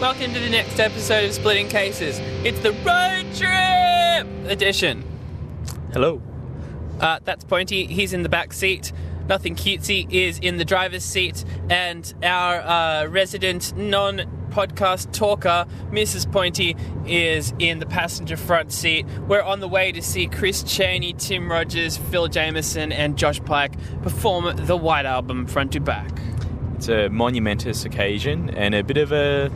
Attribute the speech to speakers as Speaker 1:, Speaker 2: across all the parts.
Speaker 1: Welcome to the next episode of Splitting Cases. It's the road trip edition. Hello. Uh, that's Pointy. He's in the back seat. Nothing cutesy is in the driver's seat, and our uh, resident non-podcast talker, Mrs. Pointy, is in the passenger front seat. We're on the way to see Chris Cheney, Tim Rogers, Phil Jameson, and Josh Pike perform the White Album front to back.
Speaker 2: It's a monumentous occasion and a bit of a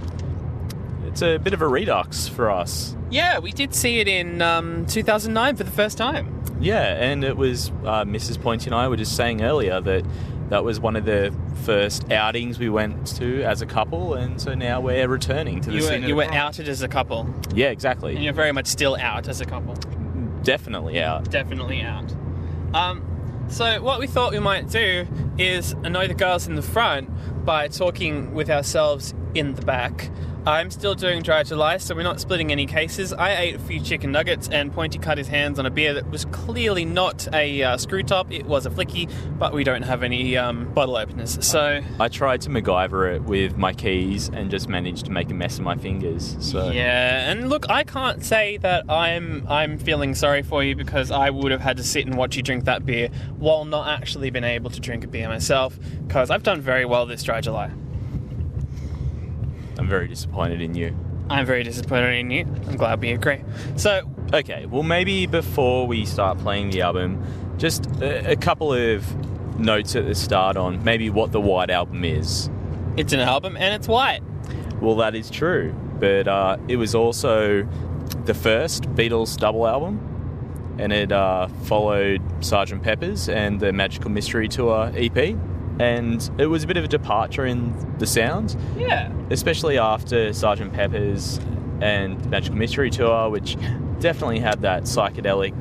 Speaker 2: it's a bit of a redux for us.
Speaker 1: Yeah, we did see it in um, 2009 for the first time.
Speaker 2: Yeah, and it was uh, Mrs. Pointy and I were just saying earlier that that was one of the first outings we went to as a couple, and so now we're returning to the
Speaker 1: You were,
Speaker 2: scene. of
Speaker 1: you
Speaker 2: the
Speaker 1: were
Speaker 2: crime.
Speaker 1: outed as a couple,
Speaker 2: Yeah,
Speaker 1: and
Speaker 2: exactly.
Speaker 1: you're very much still out as a couple.
Speaker 2: Definitely out.
Speaker 1: Definitely out. Um, so, what we thought we might do is annoy the girls in the front by talking with ourselves in the back. I'm still doing dry July, so we're not splitting any cases. I ate a few chicken nuggets, and Pointy cut his hands on a beer that was clearly not a uh, screw top. It was a flicky, but we don't have any um, bottle openers. So,
Speaker 2: I tried to MacGyver it with my keys and just managed to make a mess of my fingers. So
Speaker 1: Yeah, and look, I can't say that I'm I'm feeling sorry for you because I would have had to sit and watch you drink that beer while not actually been able to drink a beer myself because I've done very well this dry July.
Speaker 2: I'm very disappointed in you.
Speaker 1: I'm very disappointed in you. I'm glad we agree. So,
Speaker 2: Okay, well, maybe before we start playing the album, just a, a couple of notes at the start on maybe what the White Album is.
Speaker 1: it's an album and it's white.
Speaker 2: Well, that is true, but uh, it was also the first Beatles double album, and it uh, followed Sgt. Pepper's and the Magical Mystery Tour EP, and it was a bit of a departure in the sound.
Speaker 1: Yeah.
Speaker 2: especially after Sergeant Pepper's and Magical Mystery Tour, which definitely had that psychedelic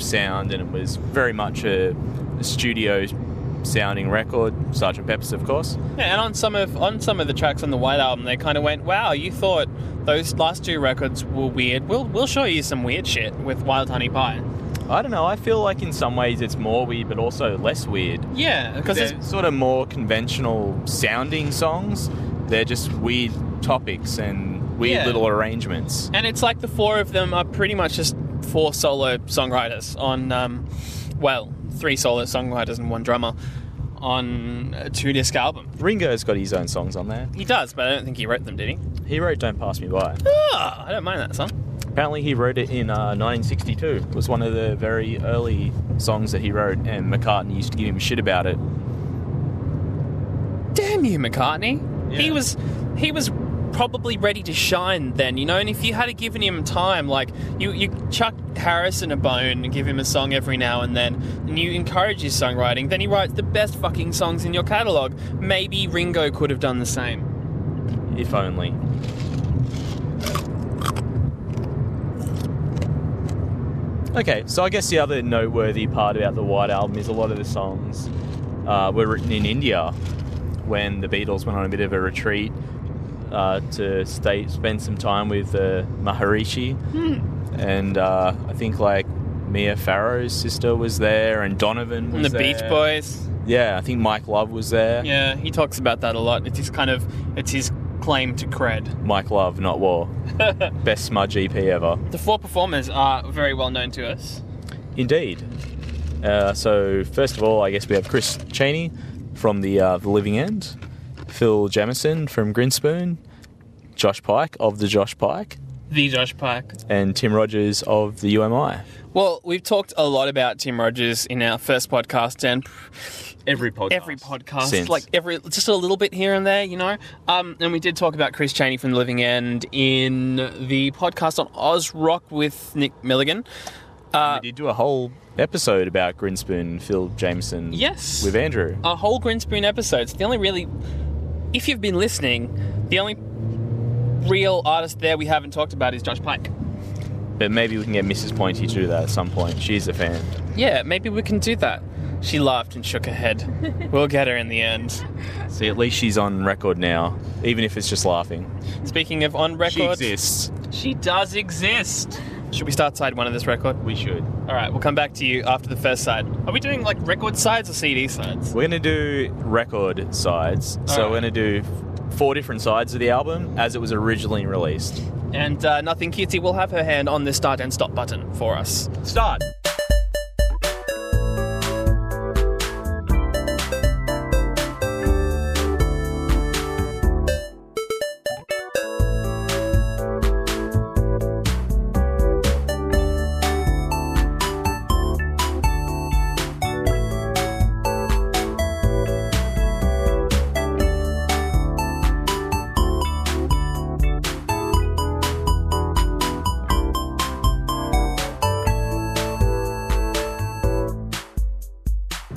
Speaker 2: sound, and it was very much a, a studio sounding record. Sergeant Pepper's, of course.
Speaker 1: Yeah, and on some of on some of the tracks on the White album, they kind of went, "Wow, you thought those last two records were weird. We'll we'll show you some weird shit with Wild Honey Pie."
Speaker 2: I don't know. I feel like in some ways it's more weird, but also less weird.
Speaker 1: Yeah, because it's
Speaker 2: They're sort of more conventional sounding songs. They're just weird topics and weird
Speaker 1: Yeah.
Speaker 2: little arrangements.
Speaker 1: And it's like the four of them are pretty much just four solo songwriters on, um, well, three solo songwriters and one drummer on a two disc album.
Speaker 2: Ringo's got his own songs on there.
Speaker 1: He does, but I don't think he wrote them, did he?
Speaker 2: He wrote "Don't Pass Me By."
Speaker 1: Ah, I don't mind that song.
Speaker 2: Apparently, he wrote it in uh, 1962. It was one of the very early songs that he wrote, and McCartney used to give him shit about it.
Speaker 1: Damn you, McCartney. He
Speaker 2: Yeah.
Speaker 1: was, he was probably ready to shine then, you know. And if you had given him time, like you, you chuck Harrison a bone and give him a song every now and then, and you encourage his songwriting, then he writes the best fucking songs in your catalog. Maybe Ringo could have done the same.
Speaker 2: If only. Okay, so I guess the other noteworthy part about the White Album is a lot of the songs uh, were written in India when the Beatles went on a bit of a retreat uh, to stay, spend some time with uh, Maharishi.
Speaker 1: Hmm.
Speaker 2: And uh, I think like Mia Farrow's sister was there, and Donovan
Speaker 1: And
Speaker 2: was
Speaker 1: the
Speaker 2: there.
Speaker 1: Beach Boys.
Speaker 2: Yeah, I think Mike Love was there.
Speaker 1: Yeah, he talks about that a lot. It's his kind of it's his claim to cred.
Speaker 2: Mike Love, not War. Best smudge EP ever.
Speaker 1: The four performers are very well known to us.
Speaker 2: Indeed. Uh, so first of all, I guess we have Chris Cheney from the uh, the Living End, Phil Jamison from Grinspoon, Josh Pike of the Josh Pike,
Speaker 1: The Josh Pike.
Speaker 2: and Tim Rogers of the UMI.
Speaker 1: Well, we've talked a lot about Tim Rogers in our first podcast and
Speaker 2: Every podcast.
Speaker 1: every podcast,
Speaker 2: Since.
Speaker 1: like every just a little bit here and there, you know. Um, and we did talk about Chris Cheney from The Living End in the podcast on Oz Rock with Nick Milligan.
Speaker 2: we did do a whole episode about Grinspoon and Phil Jameson.
Speaker 1: Yes.
Speaker 2: With Andrew.
Speaker 1: a whole Grinspoon episode. It's the only really, if you've been listening, the only real artist there we haven't talked about is Josh Pike.
Speaker 2: But maybe we can get Mrs. Pointy to do that at some point. She's a fan.
Speaker 1: Yeah, maybe we can do that. She laughed and shook her head. we'll get her in the end.
Speaker 2: See, at least she's on record now, even if it's just laughing.
Speaker 1: Speaking of on record,
Speaker 2: She exists.
Speaker 1: She does exist. Should we start side one of this record?
Speaker 2: We should.
Speaker 1: All right, we'll come back to you after the first side. Are we doing like record sides or CD sides?
Speaker 2: We're gonna do record sides. so
Speaker 1: Alright.
Speaker 2: we're gonna do four different sides of the album as it was originally released.
Speaker 1: And uh, Nothing Cutesy will have her hand on the start and stop button for us.
Speaker 2: Start.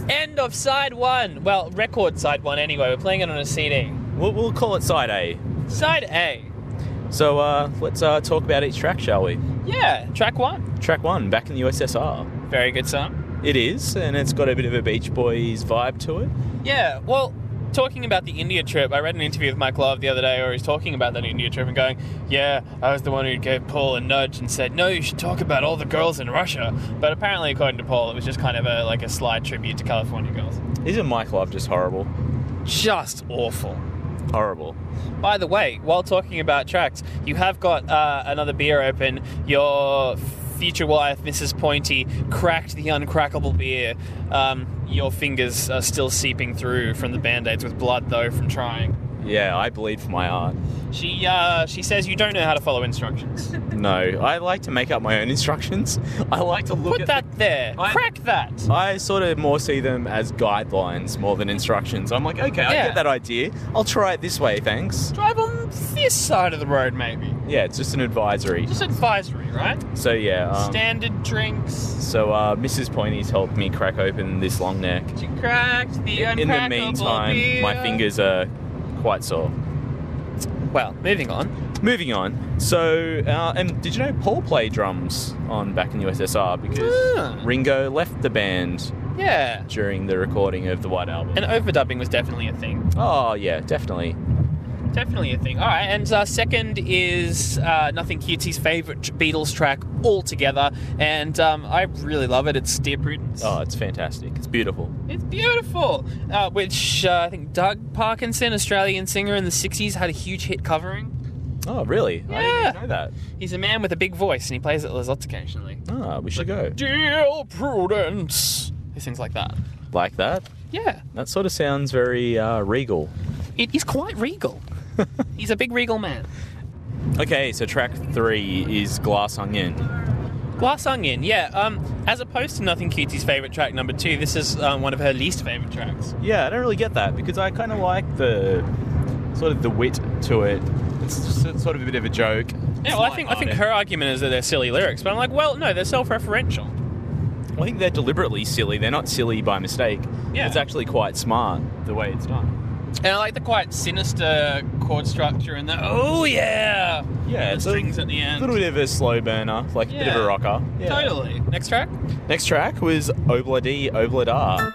Speaker 1: End of side one. Well, record side one anyway. We're playing it on a CD.
Speaker 2: We'll, we'll call it side A.
Speaker 1: Side A.
Speaker 2: So uh, let's uh, talk about each track, shall we?
Speaker 1: Yeah, track one.
Speaker 2: Track one, Back in the USSR.
Speaker 1: Very good song.
Speaker 2: It is, and it's got a bit of a Beach Boys vibe to it.
Speaker 1: Yeah, well, talking about the India trip, I read an interview with Mike Love the other day where he was talking about that India trip and going, Yeah, I was the one who gave Paul a nudge and said, No, you should talk about all the girls in Russia. But apparently, according to Paul, it was just kind of a like a sly tribute to California girls.
Speaker 2: Isn't Mike Love just horrible?
Speaker 1: Just awful.
Speaker 2: Horrible.
Speaker 1: By the way, while talking about tracks, you have got uh, another beer open. Your future wife, Mrs. Pointy, cracked the uncrackable beer. Um, your fingers are still seeping through from the band aids with blood, though, from trying.
Speaker 2: Yeah, I bleed for my art.
Speaker 1: She uh, she says you don't know how to follow instructions.
Speaker 2: No, I like to make up my own instructions. I like to look
Speaker 1: Put
Speaker 2: at
Speaker 1: that there.
Speaker 2: I-
Speaker 1: Crack that.
Speaker 2: I sort of more see them as guidelines more than instructions. I'm like, okay, I
Speaker 1: Yeah.
Speaker 2: get that idea. I'll try it this way, thanks.
Speaker 1: Drive on this side of the road, maybe.
Speaker 2: Yeah, it's just an advisory.
Speaker 1: Just advisory, right?
Speaker 2: So yeah. Um,
Speaker 1: Standard drinks.
Speaker 2: so uh, Mrs. Pointy's helped me crack open this long neck.
Speaker 1: She cracked the uncrackable
Speaker 2: In the meantime,
Speaker 1: beer.
Speaker 2: my fingers are quite sore.
Speaker 1: Well, moving on.
Speaker 2: Moving on. So, uh, and did you know Paul played drums on Back in the USSR because
Speaker 1: Ah.
Speaker 2: Ringo left the band
Speaker 1: Yeah.
Speaker 2: during the recording of the White Album?
Speaker 1: And overdubbing was definitely a thing.
Speaker 2: oh yeah, definitely.
Speaker 1: Definitely a thing. All right, and uh, second is uh, Nothing Cutie's favorite Beatles track altogether, and um, I really love it. It's Dear Prudence.
Speaker 2: Oh, it's fantastic. It's beautiful.
Speaker 1: It's beautiful, uh, which uh, I think Doug Parkinson, Australian singer in the '60s, had a huge hit covering.
Speaker 2: Oh really? I didn't
Speaker 1: Yeah.
Speaker 2: even know that.
Speaker 1: He's a man with a big voice, and he plays it lots occasionally.
Speaker 2: Ah, we should go.
Speaker 1: Dear Prudence, he sings like that.
Speaker 2: Like that.
Speaker 1: Yeah,
Speaker 2: That sort of sounds very uh, regal.
Speaker 1: it is quite regal. He's a big regal man.
Speaker 2: Okay, so track three is Glass Onion.
Speaker 1: Glass Onion, yeah. Um, as opposed to Nothing Cutie's favorite track number two, this is um, one of her least favorite tracks.
Speaker 2: Yeah, I don't really get that because I kind of like the sort of the wit to it. It's just sort of a bit of a joke.
Speaker 1: Yeah, well, I think I think her argument is that they're silly lyrics, but I'm like, well, no, they're self-referential.
Speaker 2: I think they're deliberately silly. They're not silly by mistake.
Speaker 1: Yeah.
Speaker 2: It's actually quite smart the way it's done.
Speaker 1: And I like the quite sinister chord structure and the oh yeah,
Speaker 2: Yeah,
Speaker 1: the
Speaker 2: it's a
Speaker 1: strings at the
Speaker 2: A
Speaker 1: end.
Speaker 2: little bit of a slow burner, like a bit of
Speaker 1: Yeah.
Speaker 2: a rocker. Yeah.
Speaker 1: Totally. Next track.
Speaker 2: Next track was Obla D, Obla Da.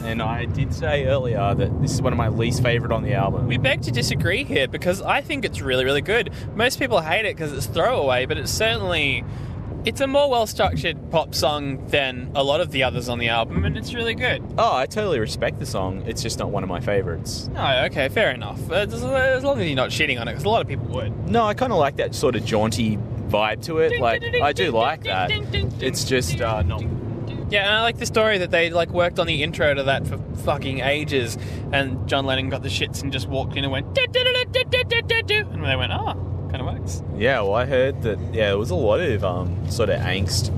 Speaker 2: And I did say earlier that this is one of my least favourite on the album.
Speaker 1: We beg to disagree here because I think it's really, really good. Most people hate it because it's throwaway, but it's certainly it's a more well-structured pop song than a lot of the others on the album, and it's really good.
Speaker 2: Oh, I totally respect the song. It's just not one of my favorites.
Speaker 1: Oh, okay, fair enough. Uh, As as long as you're not shitting on it, because a lot of people would.
Speaker 2: No, I kind of like that sort of jaunty vibe to it. Like, I do like that. It's just uh, not.
Speaker 1: Yeah, and I like the story that they like worked on the intro to that for fucking ages, and John Lennon got the shits and just walked in and went, "Du- du- du- du- du- du- du- du," and they went, ah, kind of works.
Speaker 2: Yeah, well, I heard that. Yeah, there was a lot of um, sort of angst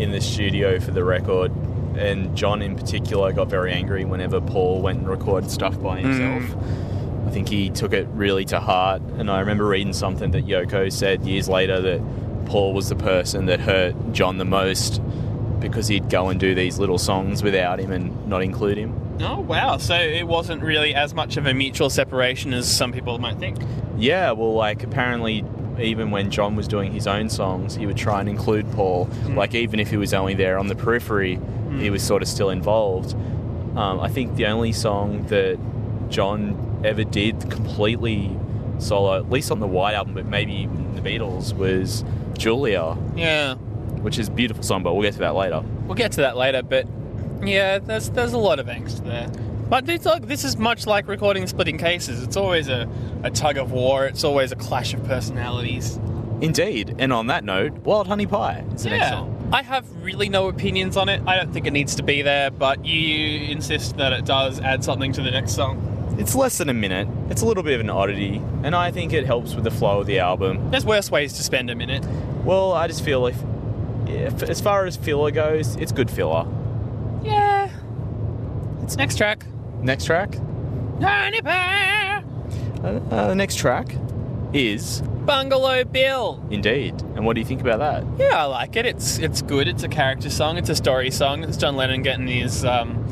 Speaker 2: in the studio for the record, and John in particular got very angry whenever Paul went and recorded stuff by himself. I think he took it really to heart, and I remember reading something that Yoko said years later that Paul was the person that hurt John the most because he'd go and do these little songs without him and not include him.
Speaker 1: Oh wow! So it wasn't really as much of a mutual separation as some people might think.
Speaker 2: Yeah, well, like apparently even when John was doing his own songs, he would try and include Paul. Like, even if he was only there on the periphery, he was sort of still involved. Um, I think the only song that John ever did completely solo, at least on the White Album, but maybe even the Beatles, was Julia,
Speaker 1: Yeah.
Speaker 2: which is a beautiful song, but we'll get to that later.
Speaker 1: We'll get to that later, but yeah, there's there's a lot of angst there. But it's like this is much like recording splitting cases. It's always a, a tug of war. It's always a clash of personalities.
Speaker 2: Indeed. And on that note, Wild Honey Pie is the next
Speaker 1: yeah,
Speaker 2: song.
Speaker 1: I have really no opinions on it. I don't think it needs to be there, but you insist that it does add something to the next song.
Speaker 2: It's less than a minute. It's a little bit of an oddity, and I think it helps with the flow of the album.
Speaker 1: There's worse ways to spend a minute.
Speaker 2: Well, I just feel if, if as far as filler goes, it's good filler.
Speaker 1: Yeah. It's next track.
Speaker 2: Next track.
Speaker 1: Honey Pie!
Speaker 2: Uh, uh, the next track is
Speaker 1: Bungalow Bill.
Speaker 2: indeed. And what do you think about that?
Speaker 1: Yeah, I like it. It's it's good. It's a character song. It's a story song. It's John Lennon getting his um,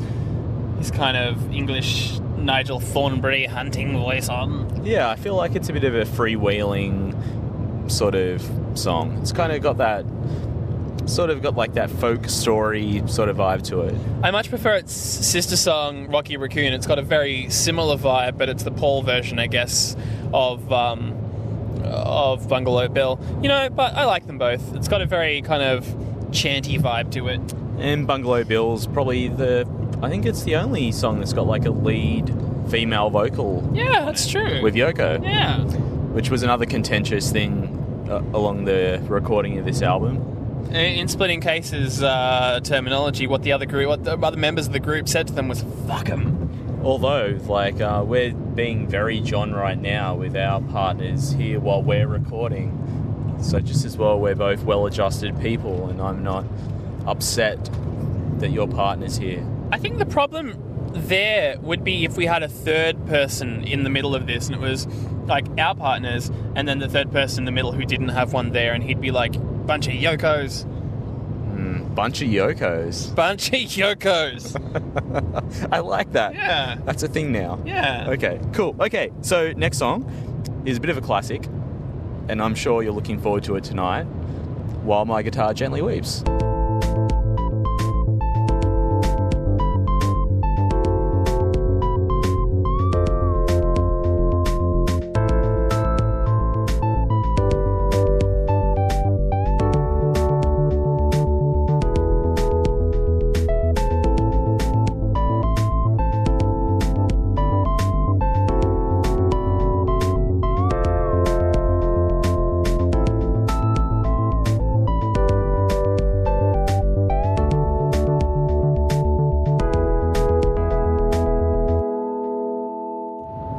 Speaker 1: his kind of English Nigel Thornberry hunting voice on.
Speaker 2: Yeah, I feel like it's a bit of a freewheeling sort of song. It's kind of got that sort of got like that folk story sort of vibe to it.
Speaker 1: I much prefer its sister song Rocky Raccoon. It's got a very similar vibe, but it's the Paul version, I guess, of um, of Bungalow Bill. You know, but I like them both. It's got a very kind of chanty vibe to it.
Speaker 2: And Bungalow Bill's probably the I think it's the only song that's got like a lead female vocal
Speaker 1: Yeah, that's true.
Speaker 2: with Yoko,
Speaker 1: yeah.
Speaker 2: which was another contentious thing uh, along the recording of this album.
Speaker 1: In- In splitting cases uh, terminology, what the other group, what the other members of the group said to them was "fuck 'em."
Speaker 2: Although, like, uh, we're being very John right now with our partners here while we're recording. So, just as well, we're both well adjusted people, and I'm not upset that your partner's here.
Speaker 1: I think the problem there would be if we had a third person in the middle of this, and it was like our partners, and then the third person in the middle who didn't have one there, and he'd be like, "Bunch of yokos,
Speaker 2: Mm, bunch of Yokos.
Speaker 1: bunch of yokos."
Speaker 2: I like that.
Speaker 1: yeah,
Speaker 2: That's a thing now.
Speaker 1: yeah.
Speaker 2: Okay, cool. Okay, so next song is a bit of a classic, and I'm sure you're looking forward to it tonight. While my guitar gently weeps.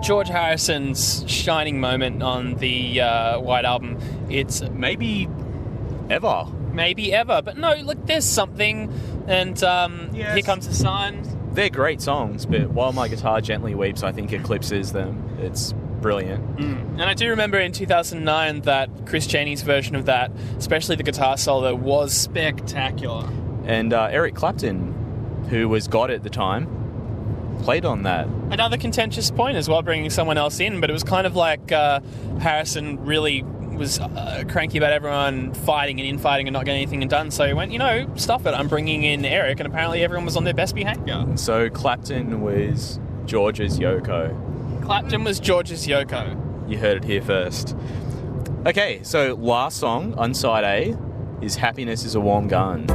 Speaker 1: George Harrison's shining moment on the uh, White Album. It's
Speaker 2: Maybe ever.
Speaker 1: maybe ever. But no, look, there's something, and um,
Speaker 2: Yes.
Speaker 1: here comes the sun.
Speaker 2: They're great songs, but While My Guitar Gently Weeps, I think eclipses them. It's brilliant.
Speaker 1: Hmm. And I do remember in 2009 that Chris Cheney's version of that, especially the guitar solo, was spectacular.
Speaker 2: And uh, Eric Clapton, who was God at the time, played on that.
Speaker 1: Another contentious point as well, bringing someone else in, but it was kind of like uh, Harrison really was uh, cranky about everyone fighting and infighting and not getting anything done. So he went, you know, stuff it. I'm bringing in Eric, and apparently everyone was on their best behavior.
Speaker 2: So Clapton was George's Yoko.
Speaker 1: Clapton was George's Yoko.
Speaker 2: You heard it here first. Okay, so last song on side A is Happiness is a Warm Gun.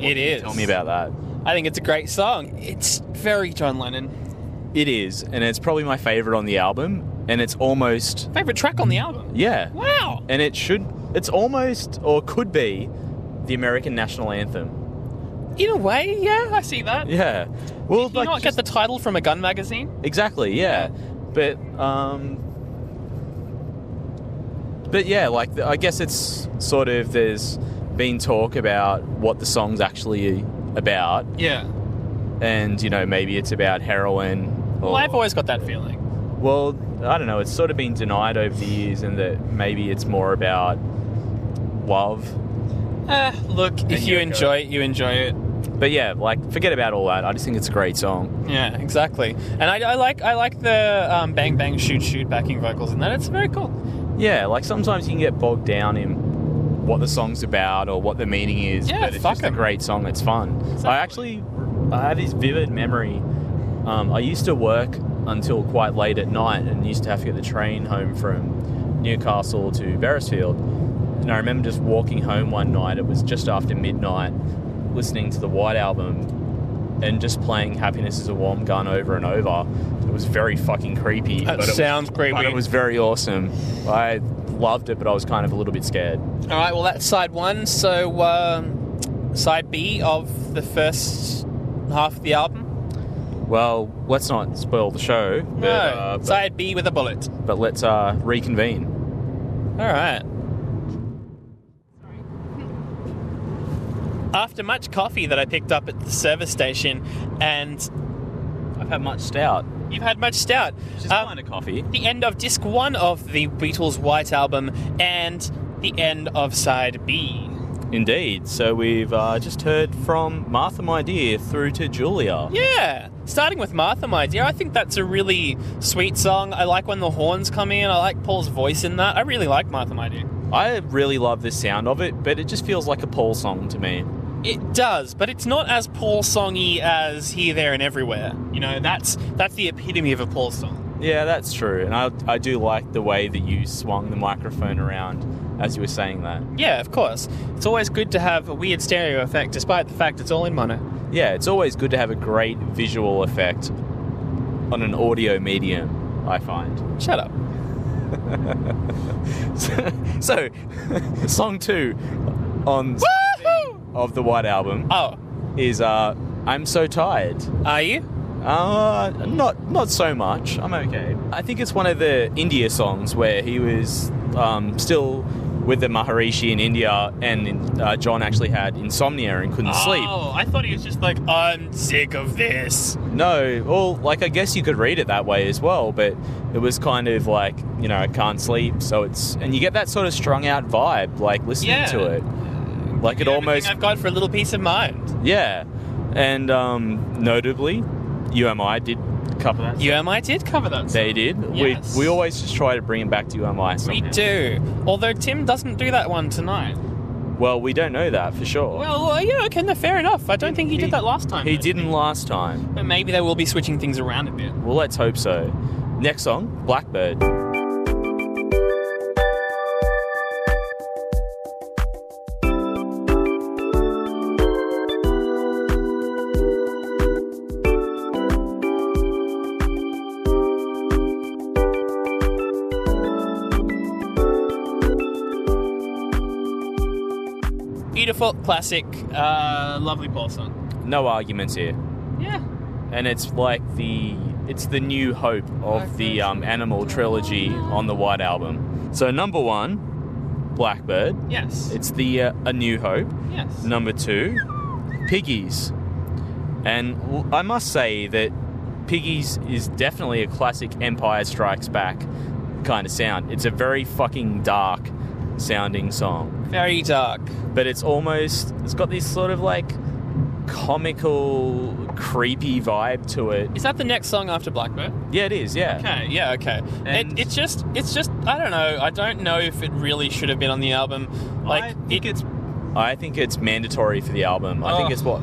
Speaker 1: It is.
Speaker 2: Tell me about that.
Speaker 1: I think it's a great song. It's very John Lennon.
Speaker 2: It is, and it's probably my favorite on the album, and it's almost,
Speaker 1: Favorite track on the album.
Speaker 2: yeah.
Speaker 1: Wow.
Speaker 2: and it should it's almost or could be the American national anthem.
Speaker 1: In a way, yeah, I see that.
Speaker 2: Yeah. Well,
Speaker 1: you not get the title from a gun magazine?
Speaker 2: Exactly, yeah. But um but yeah, like the, I guess it's sort of there's been talk about what the song's actually about
Speaker 1: Yeah.
Speaker 2: and you know maybe it's about heroin or
Speaker 1: Well, I've always got that feeling.
Speaker 2: well, I don't know, it's sort of been denied over the years and that maybe it's more about love.
Speaker 1: Eh, look, if
Speaker 2: And
Speaker 1: you
Speaker 2: Yoko.
Speaker 1: enjoy it, you enjoy it.
Speaker 2: But yeah, like forget about all that. I just think it's a great song.
Speaker 1: Yeah, exactly. And I, I like I like the um, bang bang shoot shoot backing vocals in that. It's very cool.
Speaker 2: Yeah, like sometimes you can get bogged down in what the song's about or what the meaning is.
Speaker 1: Yeah,
Speaker 2: but it's
Speaker 1: fuck
Speaker 2: just a
Speaker 1: 'em.
Speaker 2: great song. It's fun. I
Speaker 1: Exactly.
Speaker 2: actually I have this vivid memory. Um, I used to work until quite late at night and used to have to get the train home from Newcastle to Beresfield. And I remember just walking home one night. It was just after midnight, listening to the White Album and just playing "Happiness Is a Warm Gun" over and over. It was very fucking creepy.
Speaker 1: That
Speaker 2: but it was
Speaker 1: sounds creepy.
Speaker 2: but it was very awesome. I loved it, but I was kind of a little bit scared.
Speaker 1: All right, well, that's side one. So, um, side B of the first half of the album.
Speaker 2: Well, let's not spoil the show, but,
Speaker 1: No,
Speaker 2: uh, but,
Speaker 1: side B with a bullet.
Speaker 2: but let's uh, reconvene.
Speaker 1: All right. After much coffee that I picked up at the service station, and
Speaker 2: I've had much stout,
Speaker 1: you've had much stout.
Speaker 2: which is
Speaker 1: Um,
Speaker 2: kind of coffee.
Speaker 1: the end of disc one of the Beatles' White Album, and the end of side B.
Speaker 2: Indeed. So we've uh, just heard from Martha, my dear, through to Julia.
Speaker 1: Yeah, starting with Martha, my dear. I think that's a really sweet song. I like when the horns come in. I like Paul's voice in that. I really like Martha, my dear.
Speaker 2: I really love the sound of it, but it just feels like a Paul song to me.
Speaker 1: It does, but it's not as Paul songy as here, there, and everywhere. You know, that's that's the epitome of a Paul song.
Speaker 2: Yeah, that's true. And I, I do like the way that you swung the microphone around as you were saying that.
Speaker 1: Yeah, of course. It's always good to have a weird stereo effect, despite the fact it's all in mono.
Speaker 2: Yeah, it's always good to have a great visual effect on an audio medium, I find.
Speaker 1: Shut up.
Speaker 2: so, song two on
Speaker 1: Woohoo!
Speaker 2: of the White Album
Speaker 1: Oh,
Speaker 2: is uh, "I'm So Tired."
Speaker 1: are you?
Speaker 2: Uh, not not so much. I'm okay. I think it's one of the India songs where he was um, still with the Maharishi in India, and uh, John actually had insomnia and couldn't sleep.
Speaker 1: Oh, I thought he was just like, I'm sick of this.
Speaker 2: No, well, like I guess you could read it that way as well, but it was kind of like you know I can't sleep, so it's and you get that sort of strung out vibe like listening
Speaker 1: Yeah.
Speaker 2: to it, like
Speaker 1: Everything
Speaker 2: it almost
Speaker 1: I've got for a little peace of mind.
Speaker 2: yeah, and um, notably, UMI did cover that.
Speaker 1: UMI did cover that. song.
Speaker 2: They did.
Speaker 1: Yes.
Speaker 2: We we always just try to bring it back to UMI.
Speaker 1: We
Speaker 2: Somehow.
Speaker 1: do. Although Tim doesn't do that one tonight.
Speaker 2: Well, we don't know that for sure.
Speaker 1: Well, uh, yeah, okay, no, fair enough. I don't think he, did that last time.
Speaker 2: He
Speaker 1: though.
Speaker 2: didn't last time.
Speaker 1: But maybe they will be switching things around a bit.
Speaker 2: Well, let's hope so. Next song, Blackbird.
Speaker 1: Beautiful, classic, uh, lovely Paul song.
Speaker 2: No arguments here.
Speaker 1: Yeah.
Speaker 2: and it's like the it's the new hope of the um, animal trilogy on the white album so number one blackbird
Speaker 1: Yes.
Speaker 2: it's the uh, a new hope
Speaker 1: yes.
Speaker 2: number two piggies and l- i must say that piggies is definitely a classic empire strikes back kind of sound it's a very fucking dark sounding song
Speaker 1: Very dark.
Speaker 2: but it's almost it's got this sort of like comical creepy vibe to it
Speaker 1: Is that the next song after Blackbird?
Speaker 2: yeah it is yeah
Speaker 1: Okay, yeah, okay.
Speaker 2: And-
Speaker 1: It, it's just, it's just, I don't know. I don't know if it really should have been on the album. Like,
Speaker 2: I think it's I think it's mandatory for the album. I think
Speaker 1: Oh.
Speaker 2: it's what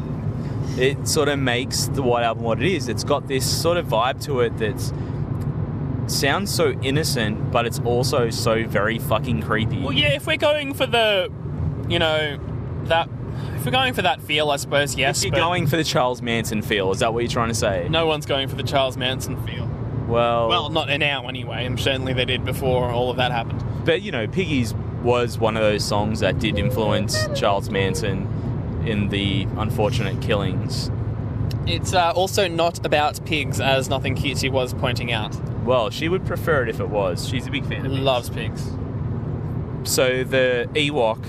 Speaker 2: it sort of makes the White Album what it is. It's got this sort of vibe to it that's sounds so innocent, but it's also so very fucking creepy.
Speaker 1: Well, yeah, if we're going for the, you know, that, if we're going for that feel, I suppose yes.
Speaker 2: If you're
Speaker 1: but
Speaker 2: going for the Charles Manson feel, is that what you're trying to say?
Speaker 1: No one's going for the Charles Manson feel.
Speaker 2: Well,
Speaker 1: Well, not in now anyway. I'm certainly they did before all of that happened.
Speaker 2: but you know, Piggies was one of those songs that did influence Charles Manson in the unfortunate killings.
Speaker 1: It's uh, also not about pigs, as Nothing Cutesy was pointing out.
Speaker 2: Well, she would prefer it if it was. She's a big fan of pigs.
Speaker 1: Loves pigs.
Speaker 2: So the Ewok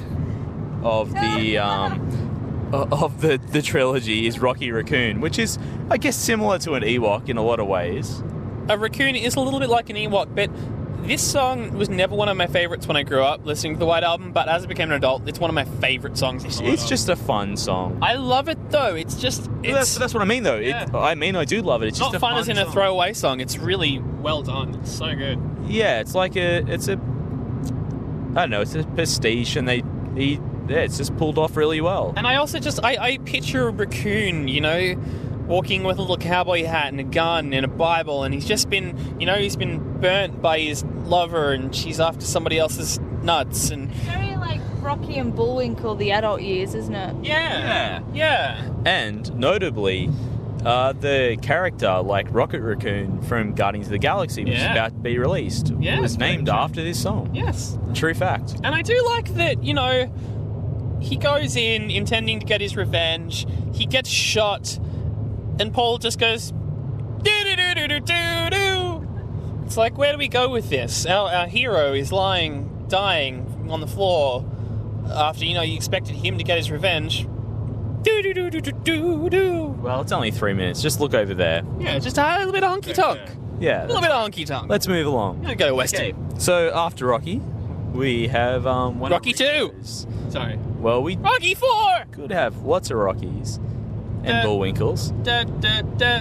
Speaker 2: of the um, o- of the, the trilogy is Rocky Raccoon, which is, I guess, similar to an Ewok in a lot of ways.
Speaker 1: A raccoon is a little bit like an Ewok, but this song was never one of my favorites when I grew up listening to the White Album, but as I became an adult, it's one of my favorite songs. on
Speaker 2: It's,
Speaker 1: the White
Speaker 2: it's
Speaker 1: Album.
Speaker 2: just a fun song.
Speaker 1: I love it though. It's just. It's
Speaker 2: that's, that's what I mean, though. It-
Speaker 1: Yeah.
Speaker 2: I mean, I do love it. It's
Speaker 1: not
Speaker 2: just a
Speaker 1: fun, as in a throwaway song. It's really well done. It's so good.
Speaker 2: Yeah, it's like a, it's a, I don't know, it's a prestige, and they, he, yeah, it's just pulled off really well.
Speaker 1: And I also just I, I picture a raccoon, you know, walking with a little cowboy hat and a gun and a Bible, and he's just been, you know, he's been burnt by his lover, and she's after somebody else's nuts, and
Speaker 3: Very like Rocky and Bullwinkle, the adult years, isn't it?
Speaker 1: yeah, yeah,
Speaker 2: And notably, uh, the character like Rocket Raccoon from Guardians of the Galaxy, which
Speaker 1: Yeah.
Speaker 2: is about to be released,
Speaker 1: Yeah,
Speaker 2: was
Speaker 1: very
Speaker 2: named
Speaker 1: true.
Speaker 2: after this song.
Speaker 1: yes.
Speaker 2: True fact.
Speaker 1: And I do like that, you know, he goes in intending to get his revenge. He gets shot, and Paul just goes, "Do-do-do-do-do-do-do." It's like, where do we go with this? Our, our hero is lying, dying on the floor after, you know, you expected him to get his revenge. Do-do-do-do-do-do.
Speaker 2: Well, it's only three minutes. Just look over there.
Speaker 1: Yeah, just a little bit of honky tonk.
Speaker 2: Yeah.
Speaker 1: A little bit of honky tonk.
Speaker 2: Let's move along.
Speaker 1: I'm gonna go to Western.
Speaker 2: So after Rocky, we have um, one of
Speaker 1: Rocky two.
Speaker 2: Ricco's.
Speaker 1: Sorry.
Speaker 2: Well, we
Speaker 1: Rocky 4!
Speaker 2: could have lots of Rockies and
Speaker 1: Uh,
Speaker 2: Bullwinkles.
Speaker 1: Da, da, da.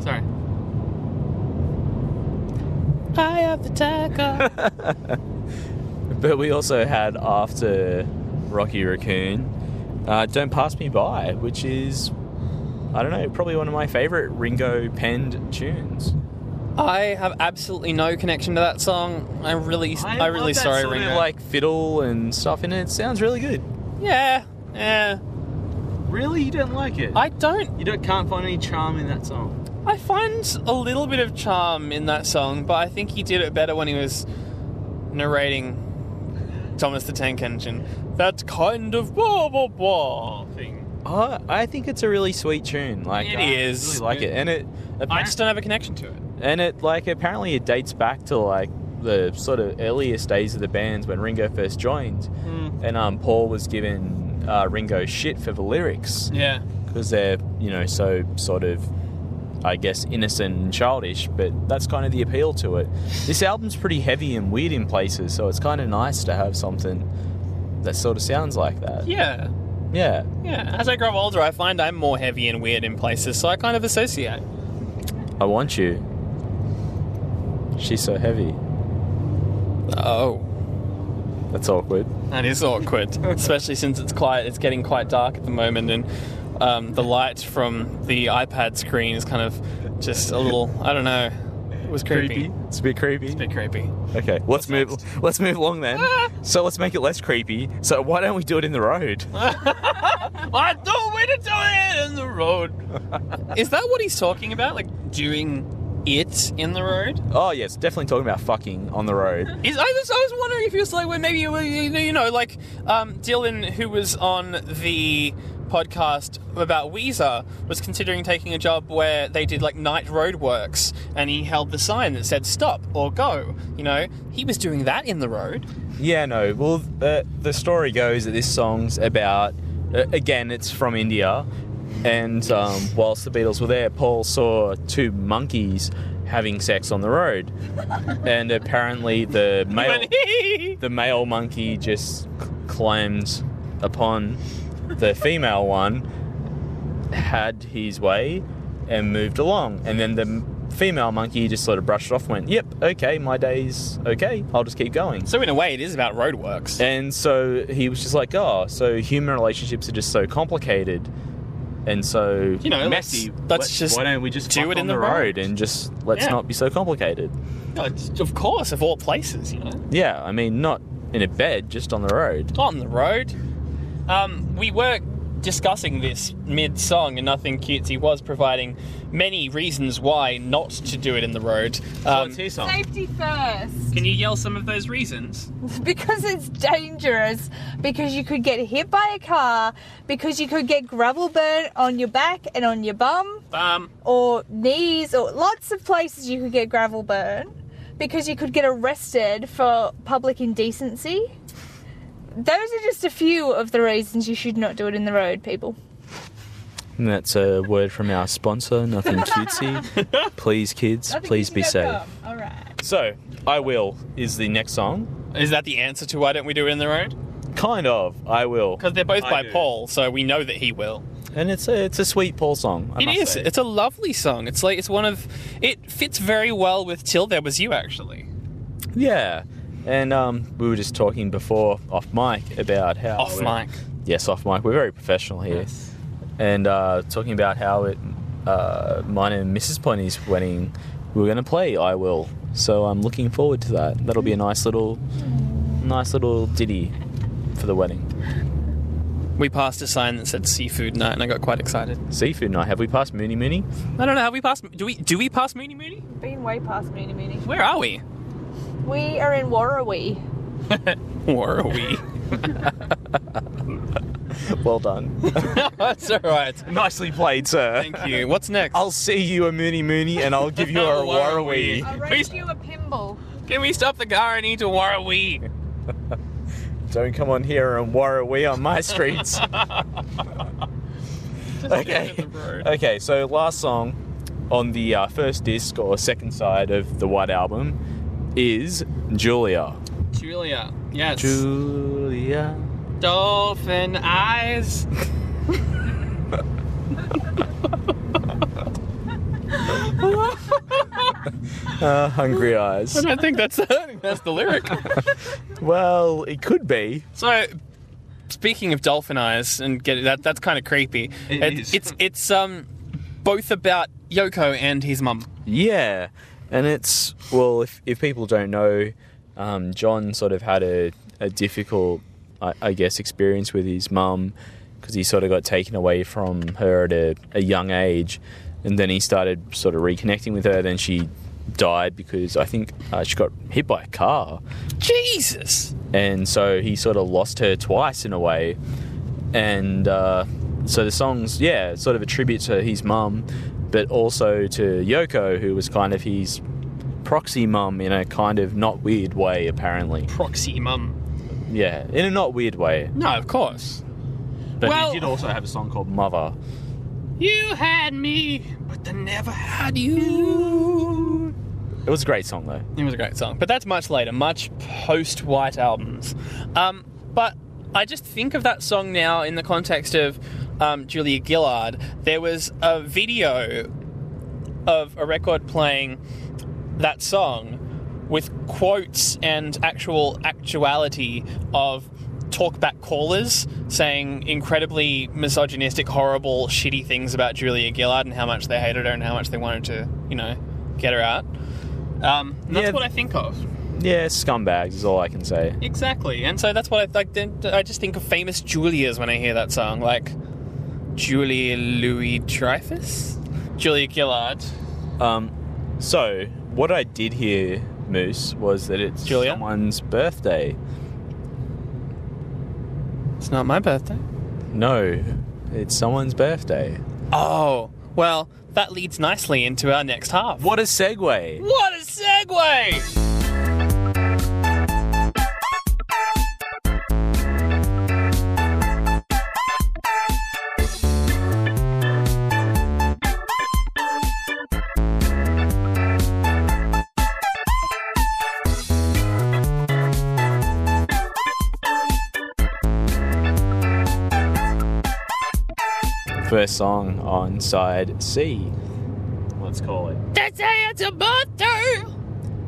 Speaker 1: Sorry. Eye of the tiger.
Speaker 2: But we also had after Rocky Raccoon, uh, Don't Pass Me By, which is, I don't know, probably one of my favourite Ringo penned tunes.
Speaker 1: I have absolutely no connection to that song. I'm really, I am really sorry, Ringo.
Speaker 2: like fiddle and stuff in it. It sounds really good.
Speaker 1: yeah, yeah.
Speaker 2: Really? You don't like it?
Speaker 1: I don't.
Speaker 2: you don't, can't find any charm in that song.
Speaker 1: I find a little bit of charm in that song, but I think he did it better when he was narrating Thomas the Tank Engine. That kind of blah blah blah thing.
Speaker 2: Uh, I think it's a really sweet tune. Like
Speaker 1: It
Speaker 2: I
Speaker 1: is.
Speaker 2: really like it, and it
Speaker 1: I just don't have a connection to it.
Speaker 2: and it like apparently it dates back to like the sort of earliest days of the bands when Ringo first joined.
Speaker 1: Hmm.
Speaker 2: and um, Paul was giving uh, Ringo shit for the lyrics
Speaker 1: Yeah.
Speaker 2: because they're you know so sort of I guess innocent and childish, but that's kind of the appeal to it. This album's pretty heavy and weird in places, so it's kind of nice to have something that sort of sounds like that.
Speaker 1: Yeah.
Speaker 2: Yeah.
Speaker 1: Yeah, as I grow older, I find I'm more heavy and weird in places, so I kind of associate.
Speaker 2: I want you. She's so heavy.
Speaker 1: Oh,
Speaker 2: That's awkward.
Speaker 1: that is awkward, especially since it's quite it's getting quite dark at the moment, and um, the light from the iPad screen is kind of just a little I don't know. It was creepy.
Speaker 2: It's a bit creepy.
Speaker 1: It's a bit creepy.
Speaker 2: okay, let's move. Let's move along then. so let's make it less creepy. So why don't we do it in the road?
Speaker 1: I don't wait to do it in the road. is that what he's talking about? Like doing it in the road?
Speaker 2: Oh yes, definitely talking about fucking on the road.
Speaker 1: Is, I, was, I was wondering if he was like, well, maybe you, you you know, like um, Dylan, who was on the podcast about Weezer, was considering taking a job where they did like night roadworks, and he held the sign that said "stop" or "go." You know, he was doing that in the road.
Speaker 2: Yeah, no. Well, the, the story goes that this song's about. Uh, again, it's from India, and um, whilst the Beatles were there, Paul saw two monkeys having sex on the road, and apparently the male the male monkey just c- climbed upon the female one, had his way, and moved along. And then the m- female monkey just sort of brushed it off, and went, "Yep, okay, my day's okay. I'll just keep going."
Speaker 1: so in a way, it is about roadworks.
Speaker 2: And so he was just like, "Oh, so human relationships are just so complicated." And so
Speaker 1: You know,
Speaker 2: messy.
Speaker 1: let's- let's just
Speaker 2: why don't we just
Speaker 1: do
Speaker 2: fuck
Speaker 1: it in
Speaker 2: on
Speaker 1: the
Speaker 2: road
Speaker 1: road.
Speaker 2: and just let's
Speaker 1: Yeah.
Speaker 2: not be so complicated?
Speaker 1: No, it's- of course, of all places, you know.
Speaker 2: Yeah, I mean, not in a bed, just on the road.
Speaker 1: on the road. Um, we were discussing this mid song, and Nothing Cutesy was providing many reasons why not to do it in the road.
Speaker 2: Oh,
Speaker 1: Um,
Speaker 2: it's his song.
Speaker 3: Safety first.
Speaker 1: can you yell some of those reasons?
Speaker 3: Because it's dangerous. Because you could get hit by a car. Because you could get gravel burn on your back and on your bum
Speaker 1: Um,
Speaker 3: or knees or lots of places you could get gravel burn. Because you could get arrested for public indecency. Those are just a few of the reasons you should not do it in the road, people.
Speaker 2: And that's a word from our sponsor, Nothing Cutesy. please, kids, please be safe.
Speaker 3: All right.
Speaker 2: So, I Will is the next song.
Speaker 1: is that the answer to why don't we do it in the road?
Speaker 2: Kind of, I Will.
Speaker 1: Because they're both
Speaker 2: I
Speaker 1: by
Speaker 2: do.
Speaker 1: Paul, so we know that he will.
Speaker 2: And it's a, it's a sweet Paul song. I
Speaker 1: It
Speaker 2: must
Speaker 1: is.
Speaker 2: say.
Speaker 1: It's a lovely song. It's like it's one of. It fits very well with "Till There Was You," actually.
Speaker 2: Yeah. And um, we were just talking before off mic about how.
Speaker 1: Off
Speaker 2: we're-
Speaker 1: mic.
Speaker 2: Yes, off mic. We're very professional here. And uh, talking about how it, uh, mine and Mrs. Pony's wedding, we we're going to play I Will. So I'm looking forward to that. That'll be a nice little, nice little ditty for the wedding.
Speaker 1: We passed a sign that said "Seafood Night," and I got quite excited.
Speaker 2: Seafood night. Have we passed Mooney Mooney?
Speaker 1: I don't know how we passed. Do we? Do we pass Mooney Mooney?
Speaker 3: Been way past Mooney Mooney.
Speaker 1: Where are we?
Speaker 3: We are in Warrawee.
Speaker 1: Where are we?
Speaker 2: Well done.
Speaker 1: That's all right.
Speaker 2: Nicely played, sir.
Speaker 1: Thank you. What's next?
Speaker 2: I'll see you a Mooney Mooney and I'll give you a
Speaker 1: Warrawee.
Speaker 2: Warrawee.
Speaker 3: I'll
Speaker 1: Please-
Speaker 3: raise you a pinball.
Speaker 1: Can we stop the car and eat a warawee?
Speaker 2: Don't come on here and Warrawee on my streets. okay.
Speaker 1: the road.
Speaker 2: Okay, so last song on the uh, first disc or second side of the White Album is Julia.
Speaker 1: Julia. Yes.
Speaker 2: Julia.
Speaker 1: Dolphin eyes.
Speaker 2: Uh, hungry
Speaker 1: I
Speaker 2: eyes.
Speaker 1: don't think that's I think that's the lyric.
Speaker 2: Well, it could be.
Speaker 1: So, speaking of dolphin eyes, and get that that's kind of creepy.
Speaker 2: It
Speaker 1: It's-
Speaker 2: is.
Speaker 1: It's it's um both about Yoko and his mum.
Speaker 2: Yeah, and it's well, if if people don't know, um, John sort of had a a difficult, I, I guess, experience with his mum because he sort of got taken away from her at a, a young age, and then he started sort of reconnecting with her. Then she died because I think uh, she got hit by a car
Speaker 1: Jesus.
Speaker 2: and so he sort of lost her twice in a way. And uh, so the song's yeah, sort of a tribute to his mum, but also to Yoko, who was kind of his proxy mum in a kind of not weird way, apparently.
Speaker 1: Proxy mum.
Speaker 2: Yeah, in a not weird way.
Speaker 1: No, of course.
Speaker 2: But
Speaker 1: Well-
Speaker 2: he did also have a song called Mother.
Speaker 1: You had me, but they never had you.
Speaker 2: It was a great song though.
Speaker 1: It was a great song, but that's much later, much post White albums. Um, but I just think of that song now in the context of um, Julia Gillard. There was a video of a record playing that song with quotes and actual actuality of talkback callers saying incredibly misogynistic, horrible, shitty things about Julia Gillard and how much they hated her and how much they wanted to, you know, get her out. Um, and that's
Speaker 2: Yeah.
Speaker 1: what I think of
Speaker 2: Yeah, scumbags is all I can say.
Speaker 1: exactly, and so that's what I like. Then I just think of famous Julias when I hear that song, like Julia Louis Dreyfus, Julia Gillard.
Speaker 2: Um, so what I did hear, Moose, was that it's
Speaker 1: Julia?
Speaker 2: someone's birthday.
Speaker 1: It's not my birthday.
Speaker 2: No, it's someone's birthday.
Speaker 1: Oh, well, that leads nicely into our next half.
Speaker 2: What a segue!
Speaker 1: What a segue!
Speaker 2: First song on side C. Let's call it.
Speaker 1: They say it's a birthday!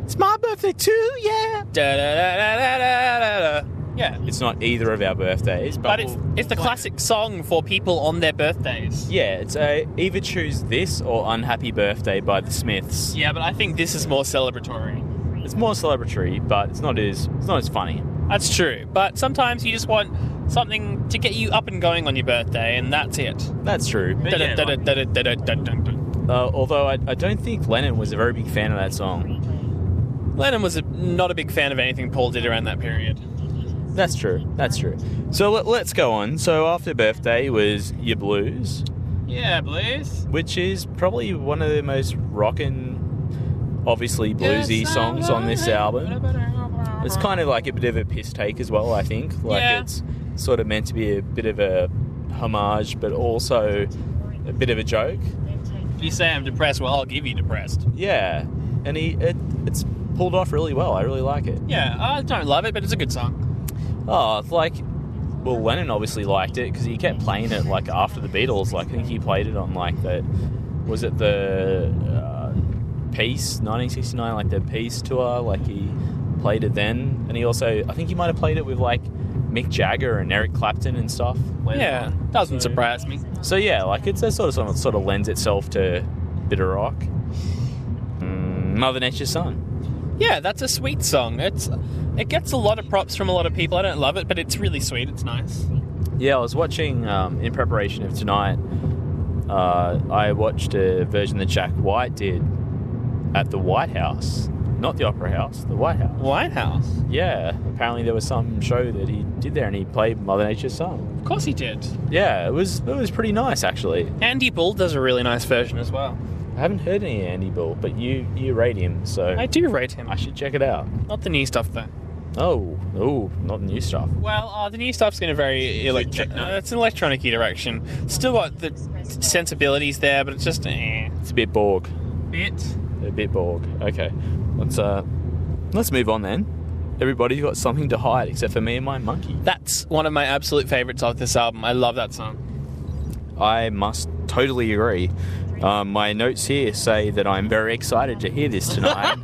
Speaker 2: It's my birthday too, yeah!
Speaker 1: Da, da, da, da, da, da, da, da. Yeah,
Speaker 2: It's not either of our birthdays, but,
Speaker 1: but it's
Speaker 2: we'll-
Speaker 1: it's the classic song for people on their birthdays.
Speaker 2: Yeah, it's a either choose this or Unhappy Birthday by the Smiths.
Speaker 1: Yeah, but I think this is more celebratory.
Speaker 2: It's more celebratory, but it's not as it's not as funny.
Speaker 1: That's true. But sometimes you just want something to get you up and going on your birthday, and that's it.
Speaker 2: That's true.
Speaker 4: But yeah, like-
Speaker 1: Lennon
Speaker 2: Uh, although I, I don't think Lennon was a very big fan of that song.
Speaker 1: was a, not a big fan of anything Paul did around that period.
Speaker 2: That's true. That's true. So let, let's go on. So after birthday was your blues,
Speaker 1: Yeah, blues.
Speaker 2: which is probably one of the most rockin', obviously bluesy songs on this album. It's kind of like a bit of a piss take as well, I think. Like
Speaker 1: Yeah.
Speaker 2: it's sort of meant to be a bit of a homage, but also a bit of a joke.
Speaker 1: If you say I'm depressed, well, I'll give you depressed.
Speaker 2: Yeah, and he it, it's pulled off really well. I really like it.
Speaker 1: Yeah, I don't love it, but it's a good song.
Speaker 2: Oh, it's like, well, Lennon obviously liked it because he kept playing it like after the Beatles. Like I think he played it on like the, was it the uh, Peace 1969, like the Peace tour. Like he played it then, and he also I think he might have played it with like Mick Jagger and Eric Clapton and stuff. later
Speaker 1: Yeah,
Speaker 2: on.
Speaker 1: doesn't
Speaker 2: So-
Speaker 1: surprise me.
Speaker 2: So yeah, like it's a sort of song that sort of lends itself to bitter rock. Mm, Mother Nature's Son.
Speaker 1: Yeah, that's a sweet song. It's it gets a lot of props from a lot of people. I don't love it, but it's really sweet. It's nice.
Speaker 2: Yeah, I was watching um, in preparation of tonight. Uh, I watched a version that Jack White did at the White House, not the Opera House, the White House.
Speaker 1: White House.
Speaker 2: Yeah, apparently there was some show that he did there, and he played Mother Nature's song.
Speaker 1: Of course he did.
Speaker 2: Yeah, it was it was pretty nice actually.
Speaker 1: Andy Bull does a really nice version as well.
Speaker 2: I haven't heard any Andy Bull, but you you rate him, so
Speaker 1: I do rate him.
Speaker 2: I should check it out.
Speaker 1: Not the new stuff though.
Speaker 2: Oh, oh, not new stuff.
Speaker 1: Well, uh, the new stuff's going to very electro-
Speaker 4: techno.
Speaker 1: uh, it's an electronic direction. Still got the sensibilities there, but it's just eh.
Speaker 2: It's a bit Borg,
Speaker 1: Bit.
Speaker 2: a bit Borg. Okay, let's uh, let's move on then. Everybody's got something to hide except for me and my monkey.
Speaker 1: That's one of my absolute favorites of this album. I love that song.
Speaker 2: I must totally agree. Um, my notes here say that I'm very excited to hear this tonight.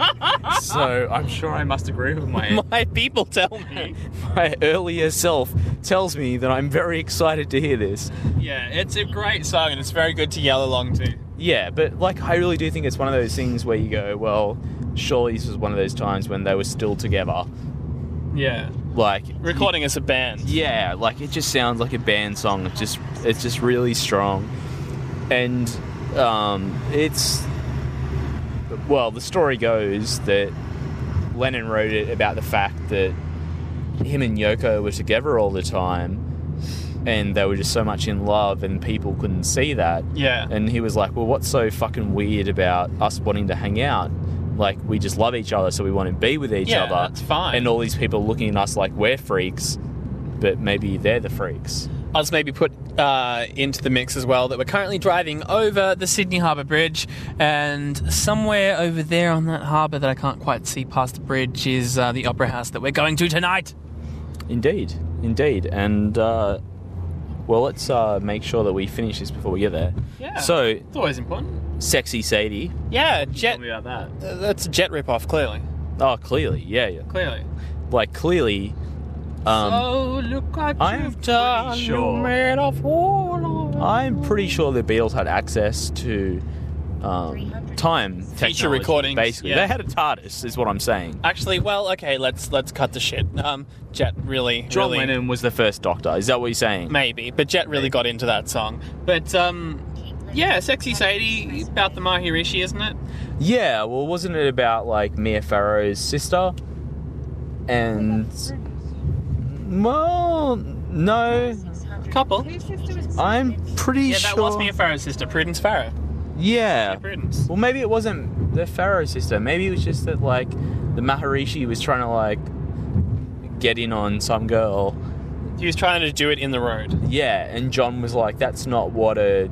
Speaker 2: so I'm sure I must agree with my,
Speaker 1: My people tell me.
Speaker 2: my earlier self tells me that I'm very excited to hear this.
Speaker 1: yeah, it's a great song and it's very good to yell along to.
Speaker 2: Yeah, but like I really do think it's one of those things where you go, well, surely this was one of those times when they were still together.
Speaker 1: Yeah.
Speaker 2: Like
Speaker 1: Recording as a band.
Speaker 2: yeah, like it just sounds like a band song. It's just it's just really strong, and um, it's well, the story goes that Lennon wrote it about the fact that him and Yoko were together all the time, and they were just so much in love, and people couldn't see that.
Speaker 1: Yeah.
Speaker 2: And he was like, "Well, what's so fucking weird about us wanting to hang out? Like, we just love each other, so we want to be with each
Speaker 1: Yeah,
Speaker 2: other.
Speaker 1: that's fine.
Speaker 2: And all these people looking at us like we're freaks, but maybe they're the freaks.
Speaker 1: I was maybe put uh, into the mix as well that we're currently driving over the Sydney Harbour Bridge, and somewhere over there on that harbour that I can't quite see past the bridge is uh, the Opera House that we're going to tonight.
Speaker 2: Indeed, indeed. And uh, well, let's uh, make sure that we finish this before we get there.
Speaker 1: Yeah.
Speaker 2: So,
Speaker 1: It's always important.
Speaker 2: sexy Sadie.
Speaker 1: Yeah, jet.
Speaker 4: Tell me about that.
Speaker 1: uh, That's a jet ripoff, clearly.
Speaker 2: Oh, clearly, yeah, yeah.
Speaker 1: Clearly.
Speaker 2: Like clearly. Um,
Speaker 1: oh, look what
Speaker 2: I'm
Speaker 1: you've done.
Speaker 4: pretty
Speaker 1: You
Speaker 4: sure-
Speaker 1: made a fool of
Speaker 2: I'm pretty sure the Beatles had access to um, time technology,
Speaker 1: recordings,
Speaker 2: Basically,
Speaker 1: yeah.
Speaker 2: they had a TARDIS, is what I'm saying.
Speaker 1: Actually, well, okay, let's let's cut the shit. Um, Jet really,
Speaker 2: John
Speaker 1: really,
Speaker 2: Lennon was the first Doctor. Is that what you're saying?
Speaker 1: maybe, but Jet really got into that song. But um, yeah, "Sexy Sadie" about the Maharishi, isn't it?
Speaker 2: Yeah. Well, wasn't it about like Mia Farrow's sister? And well, no,
Speaker 1: Couple.
Speaker 2: I'm pretty
Speaker 1: Yeah,
Speaker 2: sure.
Speaker 1: that was Mia Farrow's sister, Prudence Farrow.
Speaker 2: yeah.
Speaker 1: Prudence.
Speaker 2: Well, maybe it wasn't the Pharaoh sister. Maybe it was just that like the Maharishi was trying to like get in on some girl.
Speaker 1: He was trying to do it in the road.
Speaker 2: Yeah, and John was like, "That's not what a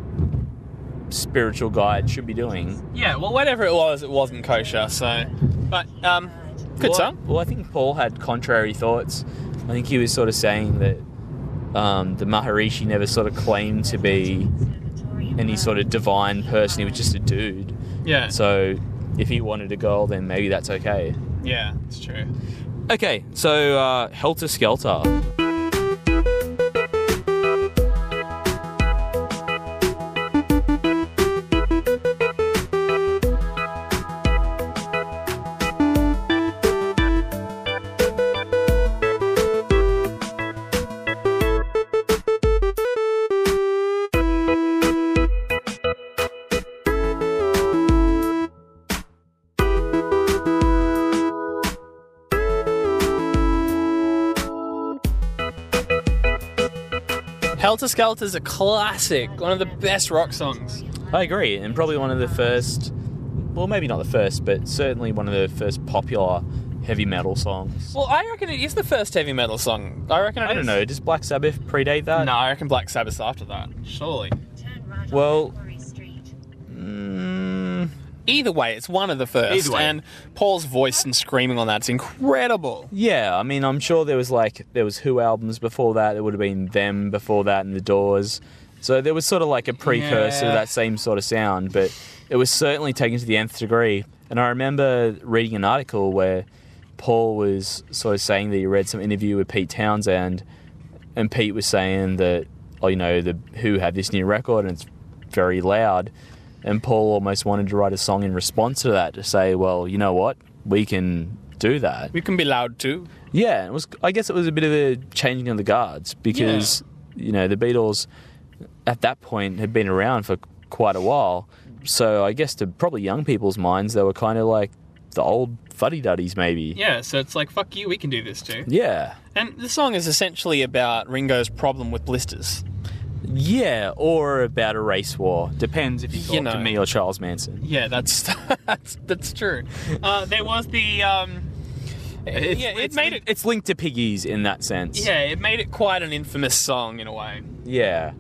Speaker 2: spiritual guide should be doing."
Speaker 1: Yeah, well, whatever it was, it wasn't kosher. So, but um, good
Speaker 2: well,
Speaker 1: song.
Speaker 2: Well, I think Paul had contrary thoughts. I think he was sort of saying that um, the Maharishi never sort of claimed to be any sort of divine person. He was just a dude.
Speaker 1: Yeah,
Speaker 2: So, if he wanted a girl, then maybe that's okay.
Speaker 1: yeah, it's true.
Speaker 2: Okay, so uh, Helter Skelter.
Speaker 1: Helter Skelter's a classic, one of the best rock songs.
Speaker 2: I agree, and probably one of the first, well, maybe not the first, but certainly one of the first popular heavy metal songs.
Speaker 1: Well, I reckon it is the first heavy metal song. I reckon it
Speaker 2: I don't
Speaker 1: is-
Speaker 2: know, does Black Sabbath predate that?
Speaker 1: No, I reckon Black Sabbath's after that. Uh, Surely.
Speaker 4: Turn right
Speaker 2: Well-
Speaker 4: on Macquarie Street.
Speaker 2: Mm,
Speaker 1: Either way, it's one of the first.
Speaker 2: Either way.
Speaker 1: And Paul's voice and screaming on that's incredible.
Speaker 2: yeah, I mean, I'm sure there was like, there was Who albums before that, there would have been Them before that, and The Doors. So there was sort of like a precursor
Speaker 1: Yeah.
Speaker 2: to that same sort of sound, but it was certainly taken to the nth degree. And I remember reading an article where Paul was sort of saying that he read some interview with Pete Townsend, and Pete was saying that, oh, you know, the Who have this new record and it's very loud, and Paul almost wanted to write a song in response to that to say, well, you know what, we can do that.
Speaker 1: We can be loud too.
Speaker 2: Yeah, it was. I guess it was a bit of a changing of the guards because you know the Beatles at that point had been around for quite a while. So I guess to probably young people's minds, they were kind of like the old fuddy duddies, maybe.
Speaker 1: Yeah, so it's like, fuck you, we can do this too.
Speaker 2: Yeah,
Speaker 1: And the song is essentially about Ringo's problem with blisters.
Speaker 2: yeah, or about a race war. Depends if you talk
Speaker 1: You know.
Speaker 2: to me or Charles Manson.
Speaker 1: Yeah, that's that's, that's true. Uh, there was the. Um,
Speaker 2: It's,
Speaker 1: yeah, it
Speaker 2: it's
Speaker 1: made
Speaker 2: lin-
Speaker 1: it.
Speaker 2: It's linked to piggies in that sense.
Speaker 1: Yeah, it made it quite an infamous song in a way.
Speaker 2: Yeah.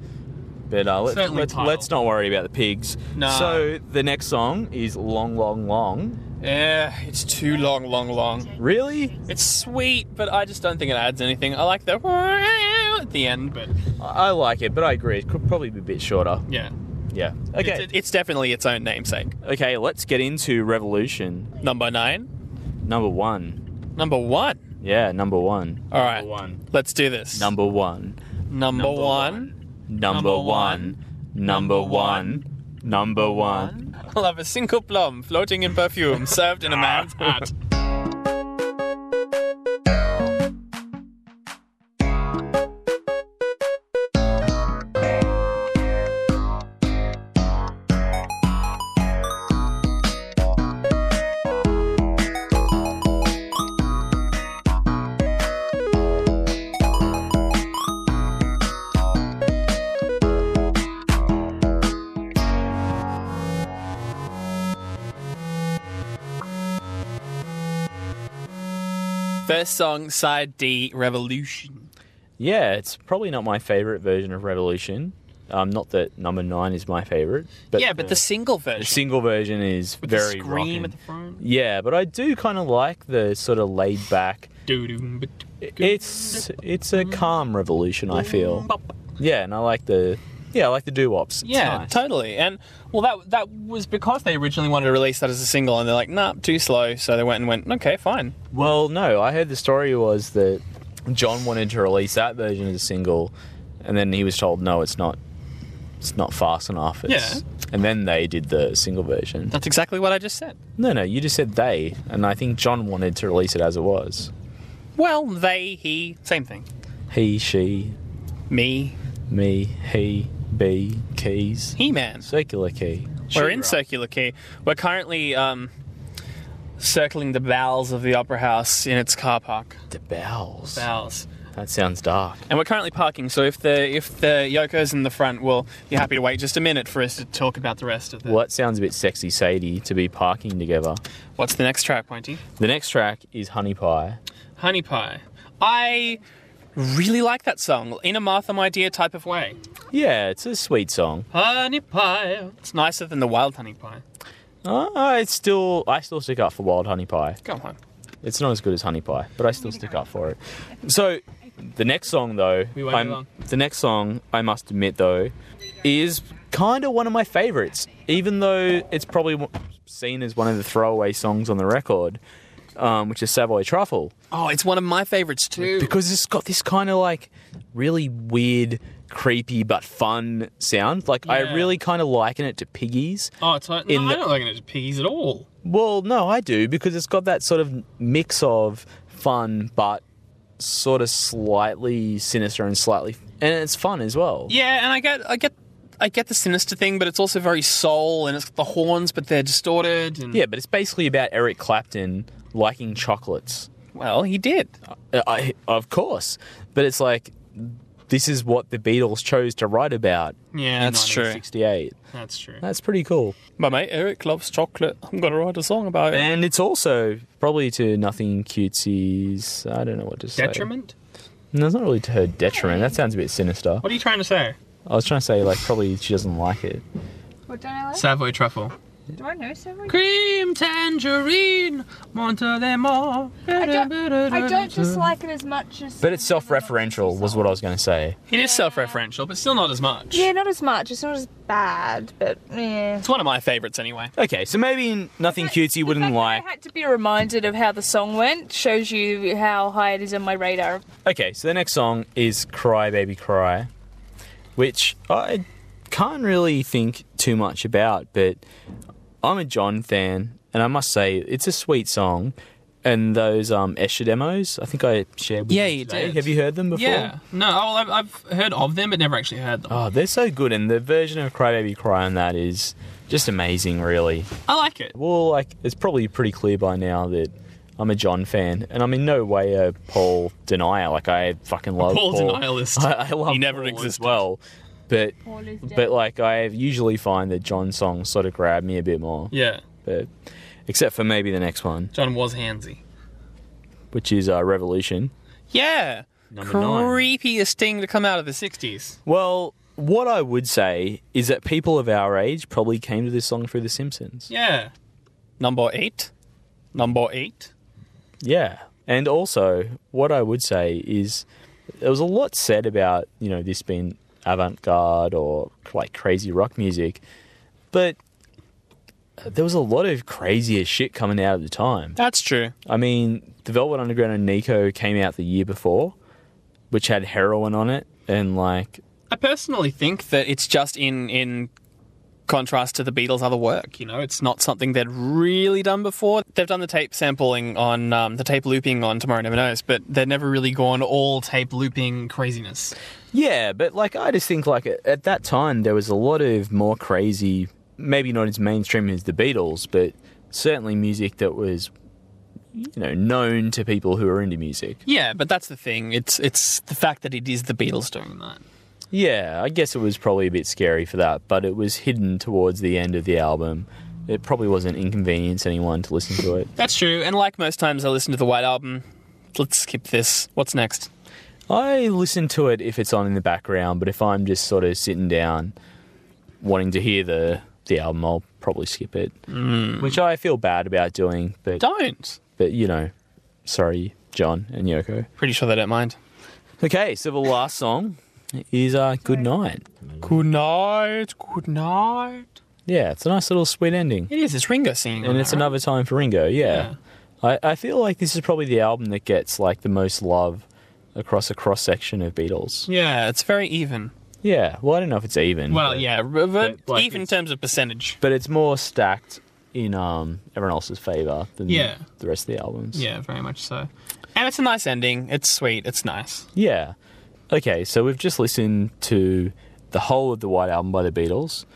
Speaker 2: But uh, let's,
Speaker 1: Certainly
Speaker 2: let's,
Speaker 1: title.
Speaker 2: let's not worry about the pigs.
Speaker 1: No.
Speaker 2: So the next song is Long, Long, Long.
Speaker 1: Yeah, it's too long, long, long.
Speaker 2: Really?
Speaker 1: It's sweet, but I just don't think it adds anything. I like the at the end, but
Speaker 2: I I like it, but I agree. It could probably be a bit shorter.
Speaker 1: yeah.
Speaker 2: Yeah. Okay.
Speaker 1: It's, it's definitely its own namesake.
Speaker 2: Okay, let's get into Revolution.
Speaker 1: Number nine.
Speaker 2: Number one.
Speaker 1: Number one.
Speaker 2: Yeah, number one.
Speaker 1: All right.
Speaker 2: one.
Speaker 1: Let's do this.
Speaker 2: Number one.
Speaker 1: Number,
Speaker 2: number
Speaker 1: one.
Speaker 2: Number one. Number one. Number one.
Speaker 1: I'll have a single plum floating in perfume served in a man's hat. First song, side D, Revolution.
Speaker 2: Yeah, it's probably not my favorite version of Revolution. Um, not that number nine is my favorite, but
Speaker 1: yeah, but the single version.
Speaker 2: the single version is
Speaker 1: with
Speaker 2: very
Speaker 1: the scream
Speaker 2: rocking.
Speaker 1: at the front.
Speaker 2: Yeah, but I do kind of like the sort of laid back.
Speaker 1: Doo-doom, ba-
Speaker 2: It's it's a calm revolution. I feel.
Speaker 1: bop.
Speaker 2: Yeah, and I like the yeah, I like the doo wops.
Speaker 1: Yeah, totally. And well, that that was because they originally wanted to release that as a single, and they're like, nah, too slow. So they went and went, okay, fine.
Speaker 2: Well, no, I heard the story was that John wanted to release that version as a single, and then he was told no, it's not. It's not fast enough. It's, And then they did the single version.
Speaker 1: That's exactly what I just said.
Speaker 2: No, no, you just said they, and I think John wanted to release it as it was.
Speaker 1: Well, they, he, same thing.
Speaker 2: He, she,
Speaker 1: Me,
Speaker 2: me, he, be, keys,
Speaker 1: he man.
Speaker 2: circular key.
Speaker 1: We're in Circular Quay. We're currently um, circling the bowels of the Opera House in its car park.
Speaker 2: The bells.
Speaker 1: Bowels.
Speaker 2: That sounds dark.
Speaker 1: And we're currently parking, so if the if the Yoko's in the front, we'll be happy to wait just a minute for us to talk about the rest of the.
Speaker 2: Well, that sounds a bit sexy, Sadie, to be parking together.
Speaker 1: What's the next track, Pointy?
Speaker 2: The next track is Honey Pie.
Speaker 1: Honey Pie. I really like that song in a Martha My Dear type of way.
Speaker 2: Yeah, it's a sweet song.
Speaker 1: Honey Pie. It's nicer than the wild honey pie.
Speaker 2: Uh, I still, I still stick up for Wild Honey Pie.
Speaker 1: Come on.
Speaker 2: It's not as good as Honey Pie, but I still stick up for it. So, the next song though,
Speaker 1: We won't be
Speaker 2: I'm-
Speaker 1: long.
Speaker 2: the next song I must admit though, is kind of one of my favorites. Even though it's probably w- seen as one of the throwaway songs on the record, um, which is Savoy Truffle.
Speaker 1: Oh, it's one of my favorites too.
Speaker 2: because it's got this kind of like really weird, creepy but fun sound. Like I
Speaker 1: Yeah.
Speaker 2: really kind of liken it to Piggies.
Speaker 1: oh, it's like, no,
Speaker 2: in the-
Speaker 1: I don't like it as piggies at all.
Speaker 2: Well, no, I do because it's got that sort of mix of fun but sort of slightly sinister and slightly and it's fun as well.
Speaker 1: Yeah, and I get, I get, I get the sinister thing, but it's also very soul, and it's got the horns, but they're distorted. And,
Speaker 2: Yeah, but it's basically about Eric Clapton liking chocolates. Uh,
Speaker 1: Well, he did.
Speaker 2: I, of course, but it's like this is what the Beatles chose to write about
Speaker 4: Yeah,
Speaker 2: in 1968.
Speaker 4: That's true.
Speaker 2: That's pretty cool.
Speaker 4: My mate Eric loves chocolate. I'm gonna write a song about it.
Speaker 2: And it's also probably to nothing cutesie's. I don't know what to say.
Speaker 4: Detriment?
Speaker 2: No, it's not really to her detriment. That sounds a bit sinister.
Speaker 4: What are you trying to say?
Speaker 2: I was trying to say like probably she doesn't like it.
Speaker 3: What don't I like?
Speaker 4: Savoy truffle.
Speaker 3: Do I know so much?
Speaker 4: Cream tangerine, Monte more.
Speaker 3: I don't, I don't dislike it as much as.
Speaker 2: But it's self-referential was what I was going to say.
Speaker 4: It is self-referential, but still not as much.
Speaker 3: Yeah, not as much. It's not as bad, but yeah.
Speaker 4: It's one of my favorites anyway.
Speaker 2: Okay, so maybe nothing
Speaker 3: The
Speaker 2: cutesy wouldn't
Speaker 3: fact that
Speaker 2: like.
Speaker 3: I had to be reminded of how the song went shows you how high it is on my radar.
Speaker 2: Okay, so the next song is "Cry Baby Cry," which I can't really think too much about, but I'm a John fan, and I must say it's a sweet song. And those um, Escher demos, I think I shared. with
Speaker 4: Yeah,
Speaker 2: you
Speaker 4: you
Speaker 2: today.
Speaker 4: did.
Speaker 2: Have you heard them before?
Speaker 4: Yeah. No, oh, well, I've, I've heard of them, but never actually heard them.
Speaker 2: Oh, they're so good, and the version of "Cry Baby Cry" on that is just amazing, really.
Speaker 4: I like it.
Speaker 2: Well, like it's probably pretty clear by now that I'm a John fan, and I'm in no way a Paul denier. Like I fucking love
Speaker 4: Paul
Speaker 2: Paul,
Speaker 4: denialist.
Speaker 2: Oh. I, I love
Speaker 4: He never
Speaker 2: Paul as
Speaker 4: existed.
Speaker 2: well, but
Speaker 3: Paul is dead.
Speaker 2: but like I usually find that John songs sort of grab me a bit more.
Speaker 4: Yeah.
Speaker 2: But except for maybe the next one,
Speaker 4: John was handsy.
Speaker 2: which is uh, Revolution.
Speaker 4: Yeah.
Speaker 2: Number nine.
Speaker 4: Creepiest thing to come out of the 60s.
Speaker 2: Well, what I would say is that people of our age probably came to this song through The Simpsons.
Speaker 4: Yeah. Number eight. Number eight.
Speaker 2: Yeah. And also, what I would say is there was a lot said about, you know, this being avant garde or like crazy rock music, but there was a lot of crazier shit coming out at the time.
Speaker 4: That's true.
Speaker 2: I mean, The Velvet Underground and Nico came out the year before, which had heroin on it and like.
Speaker 4: I personally think that it's just in in contrast to the Beatles' other work. You know, it's not something they'd really done before. They've done the tape sampling on um, the tape looping on Tomorrow Never Knows, but they've never really gone all tape looping craziness.
Speaker 2: Yeah, but like I just think like at that time there was a lot of more crazy, maybe not as mainstream as the Beatles, but certainly music that was you know known to people who are into music.
Speaker 4: Yeah, but that's the thing. It's it's the fact that it is the Beatles doing that.
Speaker 2: Yeah, I guess it was probably a bit scary for that, but it was hidden towards the end of the album. It probably wasn't inconvenience anyone to listen to it.
Speaker 4: That's true. And like most times, I listen to the White Album. Let's skip this. What's next?
Speaker 2: I listen to it if it's on in the background, but if I'm just sort of sitting down wanting to hear the the album, I'll probably skip it. Mm. Which I feel bad about doing, but
Speaker 4: Don't.
Speaker 2: but you know, sorry, John and Yoko.
Speaker 4: Pretty sure they don't mind.
Speaker 2: Okay, so the last song is uh, "Good Night."
Speaker 4: Good night. Good night.
Speaker 2: Yeah, it's a nice little sweet ending,
Speaker 4: It is. It's Ringo singing. on
Speaker 2: and it's
Speaker 4: that, right?
Speaker 2: another time for Ringo.
Speaker 4: Yeah.
Speaker 2: Yeah, I, I feel like this is probably the album that gets like the most love across a cross section of Beatles.
Speaker 4: Yeah, it's very even.
Speaker 2: Yeah, well, I don't know if it's even.
Speaker 4: Well,
Speaker 2: but-
Speaker 4: yeah, but, but
Speaker 2: but, like,
Speaker 4: even in
Speaker 2: it's-
Speaker 4: terms of percentage.
Speaker 2: but it's more stacked in um everyone else's favor than
Speaker 4: Yeah.
Speaker 2: the rest of the albums.
Speaker 4: Yeah, very much so. And it's a nice ending. It's sweet. It's nice.
Speaker 2: Yeah. Okay, so we've just listened to the whole of the White Album by the Beatles,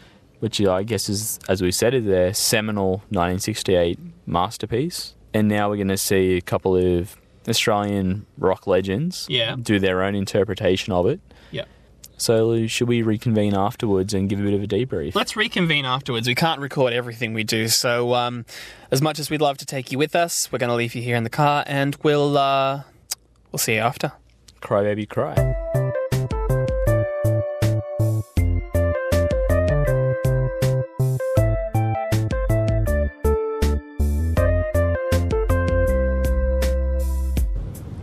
Speaker 2: which I guess is, as we said, is their seminal 1968 masterpiece. And now we're going to see a couple of Australian rock legends
Speaker 4: Yeah.
Speaker 2: do their own interpretation of it.
Speaker 4: Yeah.
Speaker 2: So should we reconvene afterwards and give a bit of a debrief?
Speaker 4: Let's reconvene afterwards. We can't record everything we do, so um, as much as we'd love to take you with us, we're going to leave you here in the car, and we'll uh, we'll see you after.
Speaker 2: Cry Baby Cry.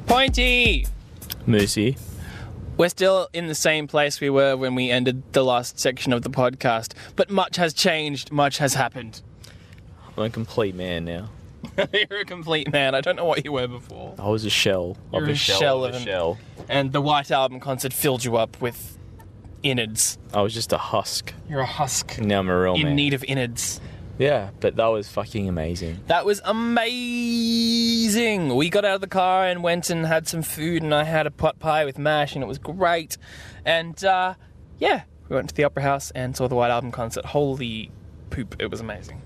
Speaker 4: Pointy.
Speaker 2: Moosey.
Speaker 4: We're still in the same place we were when we ended the last section of the podcast, but much has changed. Much has happened.
Speaker 2: I'm a complete man now.
Speaker 4: You're a complete man. I don't know what you were before.
Speaker 2: I was a shell of
Speaker 4: You're
Speaker 2: a,
Speaker 4: a
Speaker 2: shell,
Speaker 4: shell
Speaker 2: of
Speaker 4: of
Speaker 2: a
Speaker 4: an-
Speaker 2: shell.
Speaker 4: And the White Album concert filled you up with innards.
Speaker 2: I was just a husk.
Speaker 4: You're a husk
Speaker 2: Now I'm a real
Speaker 4: in
Speaker 2: man.
Speaker 4: need of innards.
Speaker 2: yeah, but that was fucking amazing.
Speaker 4: That was amazing. We got out of the car and went and had some food, and I had a pot pie with mash, and it was great. And uh, yeah, we went to the Opera House and saw the White Album concert. Holy poop, it was amazing.